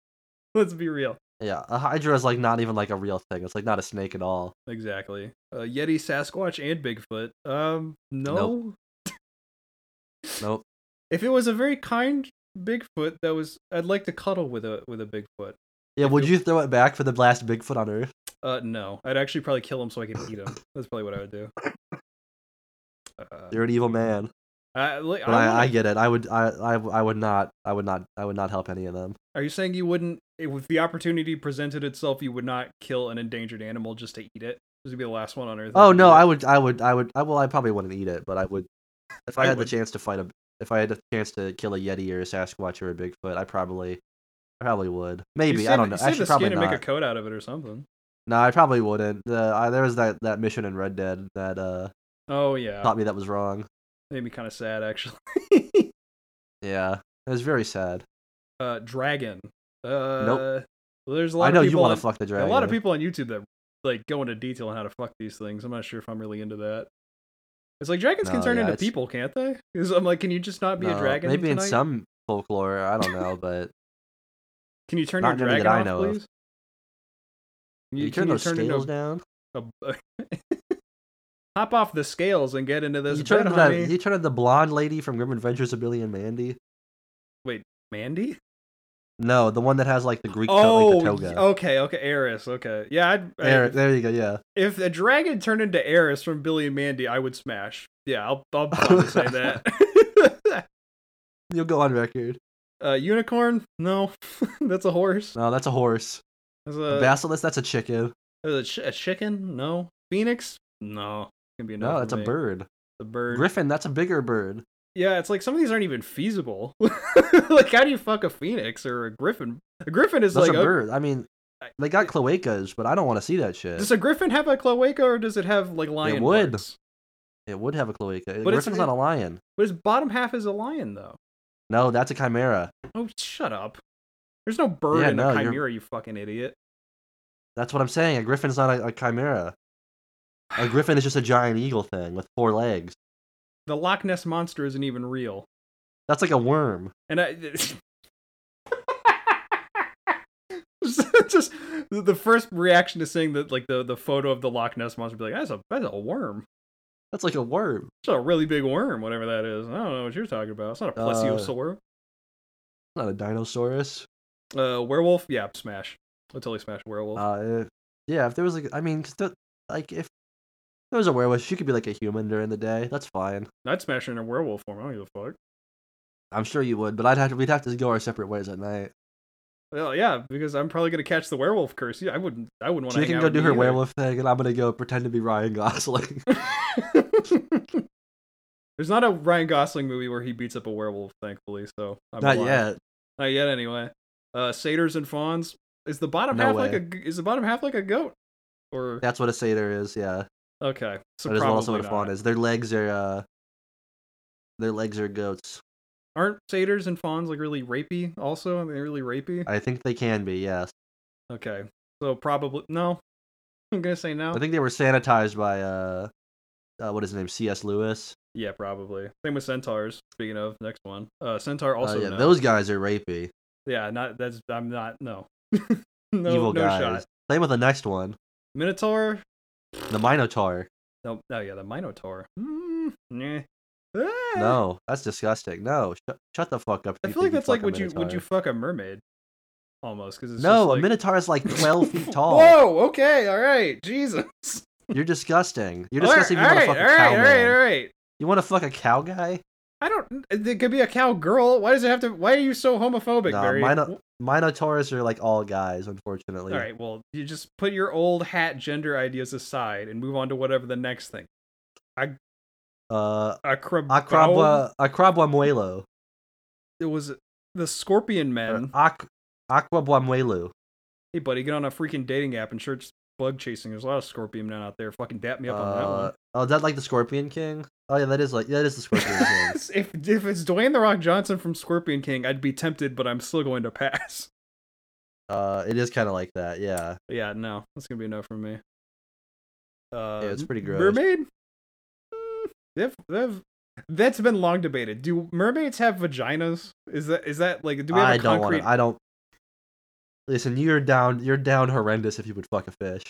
Speaker 1: Let's be real.
Speaker 2: Yeah, a hydra is like not even like a real thing. It's like not a snake at all.
Speaker 1: Exactly. Uh, Yeti, Sasquatch, and Bigfoot. Um, no. (laughs)
Speaker 2: Nope.
Speaker 1: If it was a very kind Bigfoot, that was I'd like to cuddle with a with a Bigfoot.
Speaker 2: Yeah,
Speaker 1: If
Speaker 2: would
Speaker 1: it-
Speaker 2: you throw it back for the last Bigfoot on Earth?
Speaker 1: Uh, no, I'd actually probably kill him so I could eat him. That's probably what I
Speaker 2: (laughs)
Speaker 1: would do. Uh,
Speaker 2: You're an evil man.
Speaker 1: I, like,
Speaker 2: But
Speaker 1: I
Speaker 2: I, I
Speaker 1: wanna-
Speaker 2: get it. I would I, I I would not I would not I would not help any of them.
Speaker 1: are you saying you wouldn't, if the opportunity presented itself, you would not kill an endangered animal just to eat it? This would be the last one on earth.
Speaker 2: Oh
Speaker 1: I'd
Speaker 2: no,
Speaker 1: eat.
Speaker 2: I would I would I would I well I probably wouldn't eat it, but I would if I,
Speaker 1: I
Speaker 2: had
Speaker 1: would.
Speaker 2: the chance to fight a if I had the chance to kill a yeti or a sasquatch or a bigfoot, I probably I probably would.
Speaker 1: You
Speaker 2: Maybe I
Speaker 1: save-
Speaker 2: don't know.
Speaker 1: you save
Speaker 2: Actually,
Speaker 1: the skin
Speaker 2: probably
Speaker 1: and
Speaker 2: not.
Speaker 1: make a coat out of it or something.
Speaker 2: No, I probably wouldn't. The, I, there was that, that mission in Red Dead that uh,
Speaker 1: Oh yeah,
Speaker 2: taught me that was wrong.
Speaker 1: made me kind of sad
Speaker 2: (laughs)
Speaker 1: actually.
Speaker 2: Yeah, it was very sad.
Speaker 1: uh, dragon. Uh, well, there's a lot.
Speaker 2: I
Speaker 1: of
Speaker 2: know you
Speaker 1: people
Speaker 2: want
Speaker 1: on-
Speaker 2: to fuck the
Speaker 1: a
Speaker 2: dragon.
Speaker 1: lot of people on YouTube that like go into detail on how to fuck these things. I'm not sure if I'm really into that. It's like dragons can
Speaker 2: No,
Speaker 1: turn
Speaker 2: yeah,
Speaker 1: into
Speaker 2: it's-
Speaker 1: people, can't they? 'Cause I'm like, can you just not be
Speaker 2: No,
Speaker 1: a dragon?
Speaker 2: Maybe
Speaker 1: tonight?
Speaker 2: in some folklore, I don't know,
Speaker 1: (laughs)
Speaker 2: but
Speaker 1: Can you turn your
Speaker 2: not many that
Speaker 1: dragon
Speaker 2: I
Speaker 1: off,
Speaker 2: know of.
Speaker 1: please?
Speaker 2: you,
Speaker 1: can
Speaker 2: turn those
Speaker 1: into
Speaker 2: scales down.
Speaker 1: a, a- (laughs) hop off the scales and get into this
Speaker 2: You
Speaker 1: bed,
Speaker 2: turned into that.
Speaker 1: honey.
Speaker 2: You turned into the blonde lady from Grim Adventures of Billy and Mandy. (laughs)
Speaker 1: Mandy?
Speaker 2: No, the one that has like the Greek
Speaker 1: Oh,
Speaker 2: to- like the
Speaker 1: y-
Speaker 2: toga.
Speaker 1: okay, okay, Eris. Okay, yeah. I'd, I-
Speaker 2: there, there you go. Yeah,
Speaker 1: if a dragon turned into Eris from Billy and Mandy, I would smash. Yeah, I'll, I'll probably
Speaker 2: (laughs)
Speaker 1: say that. (laughs)
Speaker 2: you'll go on record.
Speaker 1: uh, unicorn? No, (laughs) that's a horse.
Speaker 2: No, that's a horse.
Speaker 1: That's
Speaker 2: A
Speaker 1: a,
Speaker 2: basilisk, that's a chicken.
Speaker 1: that's a, chi- a chicken? No. Phoenix? No. Can be
Speaker 2: No,
Speaker 1: for
Speaker 2: that's a
Speaker 1: me.
Speaker 2: bird.
Speaker 1: The bird.
Speaker 2: Griffin, that's a bigger bird.
Speaker 1: yeah, it's like some of these aren't even (laughs) feasible. like, how do you fuck a phoenix or a griffin? A griffin is
Speaker 2: That's
Speaker 1: like
Speaker 2: a
Speaker 1: o-
Speaker 2: bird. I mean, They got cloacas, but I don't want to see that shit.
Speaker 1: Does a griffin have a cloaca or does it have like lion?
Speaker 2: would.
Speaker 1: parts?
Speaker 2: It would have a cloaca.
Speaker 1: But it's-
Speaker 2: Griffin's not a lion.
Speaker 1: But his bottom half is a lion, though.
Speaker 2: No, that's a chimera.
Speaker 1: Oh, shut up. There's no bird
Speaker 2: Yeah,
Speaker 1: in
Speaker 2: no,
Speaker 1: a
Speaker 2: you're-
Speaker 1: chimera, you fucking idiot.
Speaker 2: That's what I'm saying. A griffin's not a, a chimera. A griffin is just a giant eagle thing with four legs.
Speaker 1: The Loch Ness monster isn't even real.
Speaker 2: That's like a worm.
Speaker 1: And I (laughs) just the- the first reaction to seeing that like the the photo of the Loch Ness monster be like that's a that's a worm.
Speaker 2: That's like a worm.
Speaker 1: It's a really big worm, whatever that is. I don't know what you're talking about. It's not a
Speaker 2: Uh,
Speaker 1: plesiosaur.
Speaker 2: Not a dinosaurus.
Speaker 1: Uh, werewolf? Yeah, smash. I totally smash werewolf.
Speaker 2: Uh, if- yeah. If there was like, I mean, 'cause the- like if there was a werewolf, she could be like a human during the day. That's fine.
Speaker 1: I'd smash her in a werewolf form. I don't give a fuck.
Speaker 2: I'm sure you would, but I'd have to. We'd have to go our separate ways at night.
Speaker 1: Well, yeah, because I'm probably gonna catch the werewolf curse. Yeah, I wouldn't. I wouldn't want
Speaker 2: She
Speaker 1: to.
Speaker 2: can go do her werewolf thing, and I'm gonna go pretend to be Ryan Gosling. (laughs)
Speaker 1: (laughs) There's not a Ryan Gosling movie where he beats up a werewolf, thankfully. So I'm
Speaker 2: Not
Speaker 1: alive.
Speaker 2: yet.
Speaker 1: Not yet, anyway. Uh, satyrs and fawns. Is the bottom
Speaker 2: No
Speaker 1: half
Speaker 2: way.
Speaker 1: like a g- is the bottom half like a goat? Or
Speaker 2: That's what a satyr is. Yeah.
Speaker 1: okay, so
Speaker 2: that is also
Speaker 1: probably
Speaker 2: what a fawn
Speaker 1: not.
Speaker 2: is. Their legs are. uh Their legs are goats.
Speaker 1: Aren't satyrs and fawns like really rapey? Also, are they really rapey?
Speaker 2: I think they can be. Yes.
Speaker 1: Okay, so probably no. (laughs) I'm gonna say no.
Speaker 2: I think they were sanitized by. uh uh, what is his name? C.S. Lewis.
Speaker 1: yeah, probably. Same with centaurs. Speaking of next one, uh, centaur
Speaker 2: Uh,
Speaker 1: also.
Speaker 2: yeah,
Speaker 1: no.
Speaker 2: those guys are rapey.
Speaker 1: Yeah, not that's. I'm not. No. (laughs) no. no
Speaker 2: Evil guys.
Speaker 1: shot.
Speaker 2: Same with the next one,
Speaker 1: Minotaur.
Speaker 2: the Minotaur.
Speaker 1: No. Oh yeah, the Minotaur. Mm, nah. Ah!
Speaker 2: No, that's disgusting. No, sh- shut the fuck up.
Speaker 1: I
Speaker 2: you
Speaker 1: feel
Speaker 2: think
Speaker 1: like
Speaker 2: you
Speaker 1: that's like
Speaker 2: fuck a
Speaker 1: would you would
Speaker 2: minotaur.
Speaker 1: you fuck a mermaid? Almost because it's
Speaker 2: no,
Speaker 1: just like...
Speaker 2: a minotaur is like
Speaker 1: (laughs)
Speaker 2: twelve feet tall.
Speaker 1: Whoa. Okay. All right. Jesus.
Speaker 2: You're disgusting. You're
Speaker 1: All right,
Speaker 2: disgusting.
Speaker 1: all
Speaker 2: if you
Speaker 1: right. All
Speaker 2: want
Speaker 1: right.
Speaker 2: to fuck a cow
Speaker 1: All right.
Speaker 2: man.
Speaker 1: All right.
Speaker 2: You want to fuck a cow guy?
Speaker 1: I don't. It could be a cowgirl. Why does it have to? Why are you so homophobic,
Speaker 2: No,
Speaker 1: Barry?
Speaker 2: mino- minotaurs are like all guys, unfortunately.
Speaker 1: All right. Well, you just put your old hat gender ideas aside and move on to whatever the next thing.
Speaker 2: Uh,
Speaker 1: Acrab-
Speaker 2: Acrabwa, Acrabwamuelo.
Speaker 1: It was the Scorpion Men.
Speaker 2: Ac- Acrabwamuelo.
Speaker 1: Hey, buddy, get on a freaking dating app and search bug chasing. There's a lot of scorpion men out there. Fucking dap me up on that
Speaker 2: Uh,
Speaker 1: one.
Speaker 2: oh, is that like the Scorpion King? Oh yeah, that is like that is the Scorpion
Speaker 1: (laughs)
Speaker 2: King.
Speaker 1: if if it's Dwayne the Rock Johnson from Scorpion King, I'd be tempted, but I'm still going to pass.
Speaker 2: Uh, it is kind of like that. Yeah.
Speaker 1: But yeah, no, that's gonna be enough for me. Uh,
Speaker 2: Yeah, it's pretty gross.
Speaker 1: Mermaid. Mm, They've, they've, that's been long debated. Do mermaids have vaginas? Is that is that like do we have a
Speaker 2: I don't want
Speaker 1: concrete?
Speaker 2: to. I don't. Listen, you're down. You're down horrendous if you would fuck a fish.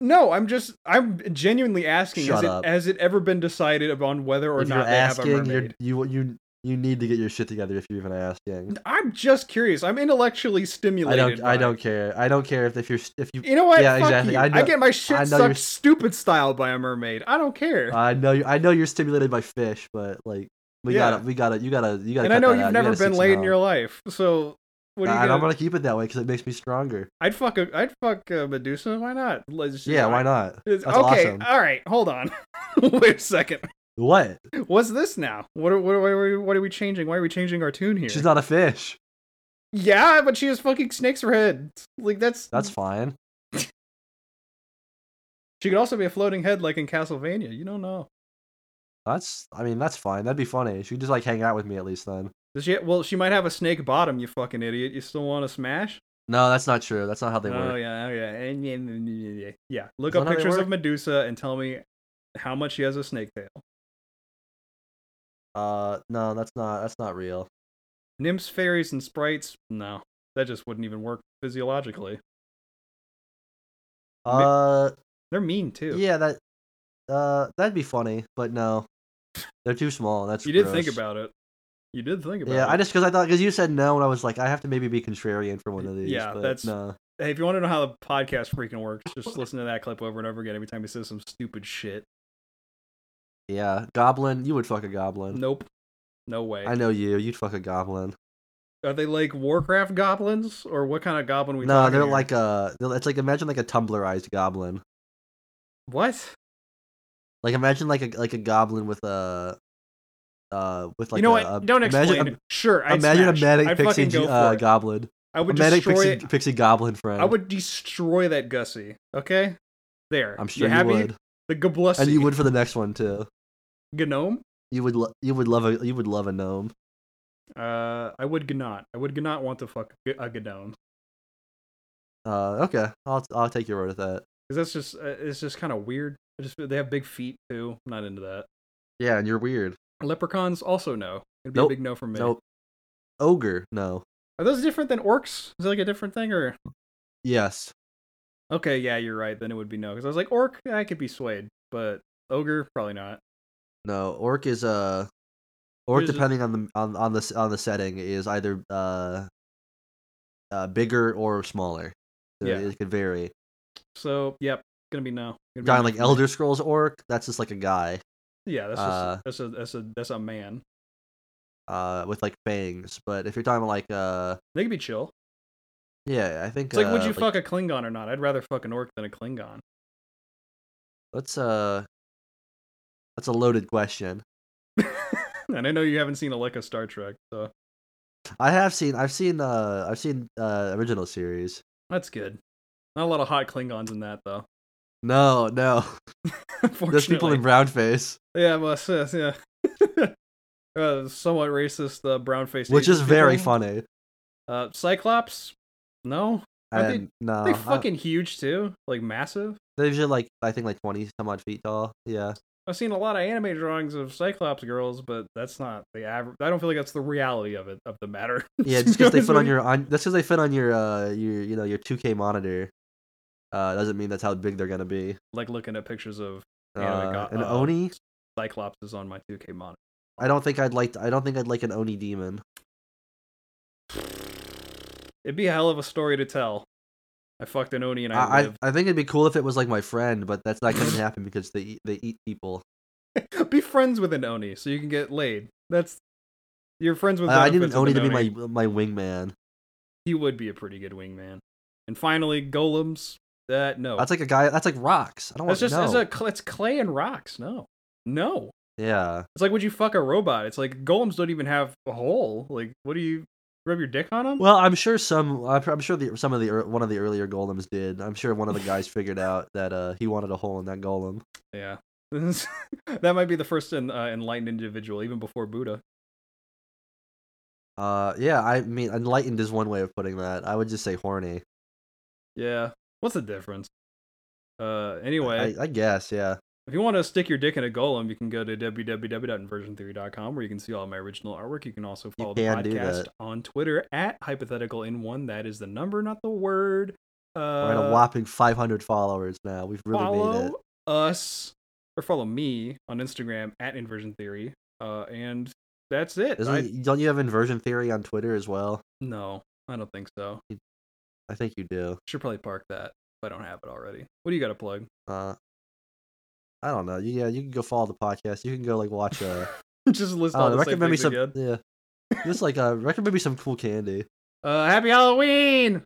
Speaker 1: No, I'm just I'm genuinely asking.
Speaker 2: Shut
Speaker 1: has
Speaker 2: up.
Speaker 1: it has it ever been decided upon whether or
Speaker 2: if
Speaker 1: not
Speaker 2: you're
Speaker 1: they have a
Speaker 2: asking,
Speaker 1: mermaid?
Speaker 2: you're, you you you need to get your shit together if you're even asking.
Speaker 1: I'm just curious. I'm intellectually
Speaker 2: I
Speaker 1: stimulated.
Speaker 2: don't.
Speaker 1: by
Speaker 2: I
Speaker 1: it.
Speaker 2: don't care. I don't care if if you're if you.
Speaker 1: You know what?
Speaker 2: Yeah,
Speaker 1: Fuck
Speaker 2: exactly.
Speaker 1: you.
Speaker 2: I
Speaker 1: I,
Speaker 2: know-
Speaker 1: get my
Speaker 2: I
Speaker 1: shit
Speaker 2: know
Speaker 1: sucked
Speaker 2: you're-
Speaker 1: stupid style by a mermaid. I don't care.
Speaker 2: I know. You, I know you're stimulated by fish, but like we
Speaker 1: Yeah.
Speaker 2: gotta we gotta you gotta you gotta.
Speaker 1: and I
Speaker 2: cut
Speaker 1: know
Speaker 2: that
Speaker 1: you've
Speaker 2: out. You
Speaker 1: never
Speaker 2: gotta
Speaker 1: been
Speaker 2: six
Speaker 1: laid
Speaker 2: now.
Speaker 1: in your life, so what are you
Speaker 2: And I'm
Speaker 1: gonna?
Speaker 2: gonna keep it that way because it makes me stronger.
Speaker 1: I'd fuck a. I'd fuck uh Medusa. Why not? Let's-
Speaker 2: Yeah, why not?
Speaker 1: It's-
Speaker 2: That's
Speaker 1: okay.
Speaker 2: awesome.
Speaker 1: All right. Hold on. (laughs) Wait a second.
Speaker 2: What?
Speaker 1: What's this now? What are, what are, what are we, what are we changing? Why are we changing our tune here?
Speaker 2: She's not a fish.
Speaker 1: yeah, but she has fucking snakes for head. Like that's
Speaker 2: That's fine.
Speaker 1: She could also be a floating head, like in Castlevania. You don't know.
Speaker 2: That's. I mean, that's fine. That'd be funny. She could just like hang out with me at least then.
Speaker 1: Does she? Well, she might have a snake bottom. You fucking idiot. You still want to smash?
Speaker 2: No, that's not true. That's not how they work.
Speaker 1: oh yeah, oh yeah, And- and- and- and- yeah. yeah. Look
Speaker 2: Is
Speaker 1: up
Speaker 2: that how they
Speaker 1: pictures
Speaker 2: work?
Speaker 1: of Medusa and tell me how much she has a snake tail.
Speaker 2: Uh, no, that's not that's not real.
Speaker 1: Nymphs, fairies, and sprites? No, that just wouldn't even work physiologically. Mi-
Speaker 2: Uh,
Speaker 1: They're mean too.
Speaker 2: yeah, that uh that'd be funny, but no, they're too small. That's
Speaker 1: you did think
Speaker 2: gross.
Speaker 1: about it. You did think about
Speaker 2: Yeah,
Speaker 1: it.
Speaker 2: I just because I thought because you said no, and I was like, I have to maybe be contrarian for one of these.
Speaker 1: Yeah,
Speaker 2: but
Speaker 1: that's-
Speaker 2: no.
Speaker 1: Hey, if you want to know how the podcast freaking works, just listen to that clip over and over again every time he says some stupid
Speaker 2: (laughs)
Speaker 1: shit.
Speaker 2: Yeah, goblin. You would fuck a goblin.
Speaker 1: Nope. No way.
Speaker 2: I know you. You'd fuck a goblin.
Speaker 1: Are they like Warcraft goblins or what kind of goblin we
Speaker 2: No,
Speaker 1: talking
Speaker 2: they're
Speaker 1: here?
Speaker 2: like a. they're- It's like imagine like a tumblerized goblin.
Speaker 1: what?
Speaker 2: Like imagine like a like a goblin with a. Uh, with like
Speaker 1: you know
Speaker 2: a,
Speaker 1: what?
Speaker 2: a-
Speaker 1: Don't
Speaker 2: imagine, um,
Speaker 1: explain. it. sure, I'd
Speaker 2: Imagine
Speaker 1: smash.
Speaker 2: a manic
Speaker 1: I'd
Speaker 2: pixie
Speaker 1: fucking go
Speaker 2: uh,
Speaker 1: for it.
Speaker 2: goblin.
Speaker 1: I would
Speaker 2: Medic
Speaker 1: destroy.
Speaker 2: pixie, pixie goblin friend.
Speaker 1: I would destroy that Gussie. Okay, there.
Speaker 2: I'm sure
Speaker 1: you,
Speaker 2: you,
Speaker 1: happy?
Speaker 2: would,
Speaker 1: The Gablussi.
Speaker 2: and you would for the next one too.
Speaker 1: gnome.
Speaker 2: You would lo- you would love a you would love a gnome.
Speaker 1: Uh, I would gnot. I would not want to fuck a a gnome
Speaker 2: Uh, okay, I'll I'll take your word at that.
Speaker 1: because that's just uh, it's just kind of weird. I just they have big feet too. I'm not into that.
Speaker 2: Yeah, and you're weird.
Speaker 1: Leprechauns also no. It'd be
Speaker 2: Nope.
Speaker 1: a big no for me.
Speaker 2: Nope. Ogre, no.
Speaker 1: Are those different than orcs? Is that like a different thing or?
Speaker 2: Yes.
Speaker 1: Okay, yeah, you're right. Then it would be no because I was like orc. I could be swayed, but ogre probably not.
Speaker 2: No. Orc is uh orc
Speaker 1: Here's a-
Speaker 2: depending on the on on the s- on the setting is either uh uh bigger or smaller. So
Speaker 1: Yeah.
Speaker 2: It could vary.
Speaker 1: So yep, gonna be no. Gonna be
Speaker 2: Guy
Speaker 1: no
Speaker 2: like
Speaker 1: for me.
Speaker 2: Elder Scrolls orc, that's just like a guy
Speaker 1: Yeah, that's
Speaker 2: uh,
Speaker 1: just, that's a that's a that's a man.
Speaker 2: uh with like fangs. But if you're talking about like uh
Speaker 1: They could be chill.
Speaker 2: yeah, I think
Speaker 1: It's like, would
Speaker 2: uh,
Speaker 1: you fuck a Klingon or not? I'd rather fuck an orc than a Klingon. (laughs)
Speaker 2: That's uh that's a loaded question.
Speaker 1: and I know you haven't seen a lick of Star Trek, so
Speaker 2: I have seen I've seen uh I've seen uh original series.
Speaker 1: that's good. Not a lot of hot Klingons in that, though. (laughs)
Speaker 2: No, no. (laughs) There's people in
Speaker 1: Unfortunately.
Speaker 2: brown face.
Speaker 1: yeah, well, yes, yeah. (laughs) uh, somewhat racist, uh, brown faced, (laughs)
Speaker 2: which is very
Speaker 1: people.
Speaker 2: funny.
Speaker 1: Uh, Cyclops, no, Are they-
Speaker 2: And no,
Speaker 1: they
Speaker 2: I-
Speaker 1: fucking huge too, like massive.
Speaker 2: they're usually like I think like twenty some odd feet tall. Yeah,
Speaker 1: I've seen a lot of anime drawings of Cyclops girls, but that's not the average. I don't feel like that's the reality of it of the matter. (laughs)
Speaker 2: yeah. Just because they fit on your on, that's because they fit on your uh your you know your two K monitor. Uh, doesn't mean that's how big they're gonna be.
Speaker 1: like looking at pictures of
Speaker 2: Uh,
Speaker 1: anime go-
Speaker 2: an
Speaker 1: uh,
Speaker 2: oni?
Speaker 1: Cyclops is on my 2K monitor.
Speaker 2: I don't think I'd like. To, I don't think I'd like an oni demon.
Speaker 1: It'd be a hell of a story to tell. I fucked an Oni and I,
Speaker 2: I, I
Speaker 1: lived.
Speaker 2: I think it'd be cool if it was like my friend, but that's not gonna happen because they eat, they eat people.
Speaker 1: (laughs) be friends with an Oni so you can get laid. That's you're friends with.
Speaker 2: Uh, I, I need an
Speaker 1: benefits with
Speaker 2: oni to be my my wingman.
Speaker 1: He would be a pretty good wingman. And finally, golems. That no.
Speaker 2: That's like a guy. That's like rocks. I don't want
Speaker 1: Oh. that's
Speaker 2: to
Speaker 1: just
Speaker 2: know.
Speaker 1: it's a cl- it's clay and rocks. No, no.
Speaker 2: Yeah,
Speaker 1: It's like would you fuck a robot? It's like golems don't even have a hole. Like what do you rub your dick on them?
Speaker 2: Well, I'm sure some. I'm I'm sure the, some of the ear- one of the earlier golems did. I'm sure one of the guys figured out that uh, he wanted a hole in that golem.
Speaker 1: Yeah. (laughs) that might be the first en- uh, enlightened individual, even before Buddha.
Speaker 2: Uh, yeah. I mean, enlightened is one way of putting that. I would just say horny.
Speaker 1: Yeah. What's the difference? Uh, anyway,
Speaker 2: I, I guess. Yeah.
Speaker 1: if you want to stick your dick in a golem, you can go to www.inversiontheory.com where you can see all my original artwork. You can also follow the
Speaker 2: can do
Speaker 1: podcast
Speaker 2: that.
Speaker 1: on Twitter at hypothetical in one. That is the number, not the word. Uh,
Speaker 2: We're at a whopping 500 followers now. We've really made it.
Speaker 1: follow us or follow me on Instagram at inversion theory. Uh, and that's it.
Speaker 2: Isn't
Speaker 1: I-
Speaker 2: it- don't you have inversion theory on Twitter as well?
Speaker 1: no, I don't think so.
Speaker 2: I think you do.
Speaker 1: Should probably park that if I don't have it already. What do you got to plug? (laughs)
Speaker 2: Uh, I don't know. You, yeah, you can go follow the podcast. You can go like watch.
Speaker 1: (laughs)
Speaker 2: Uh,
Speaker 1: Just list
Speaker 2: I
Speaker 1: all
Speaker 2: don't know,
Speaker 1: the same
Speaker 2: recommend me
Speaker 1: things
Speaker 2: some.
Speaker 1: again.
Speaker 2: Yeah. Just like uh, recommend me some cool candy.
Speaker 1: Uh, happy Halloween!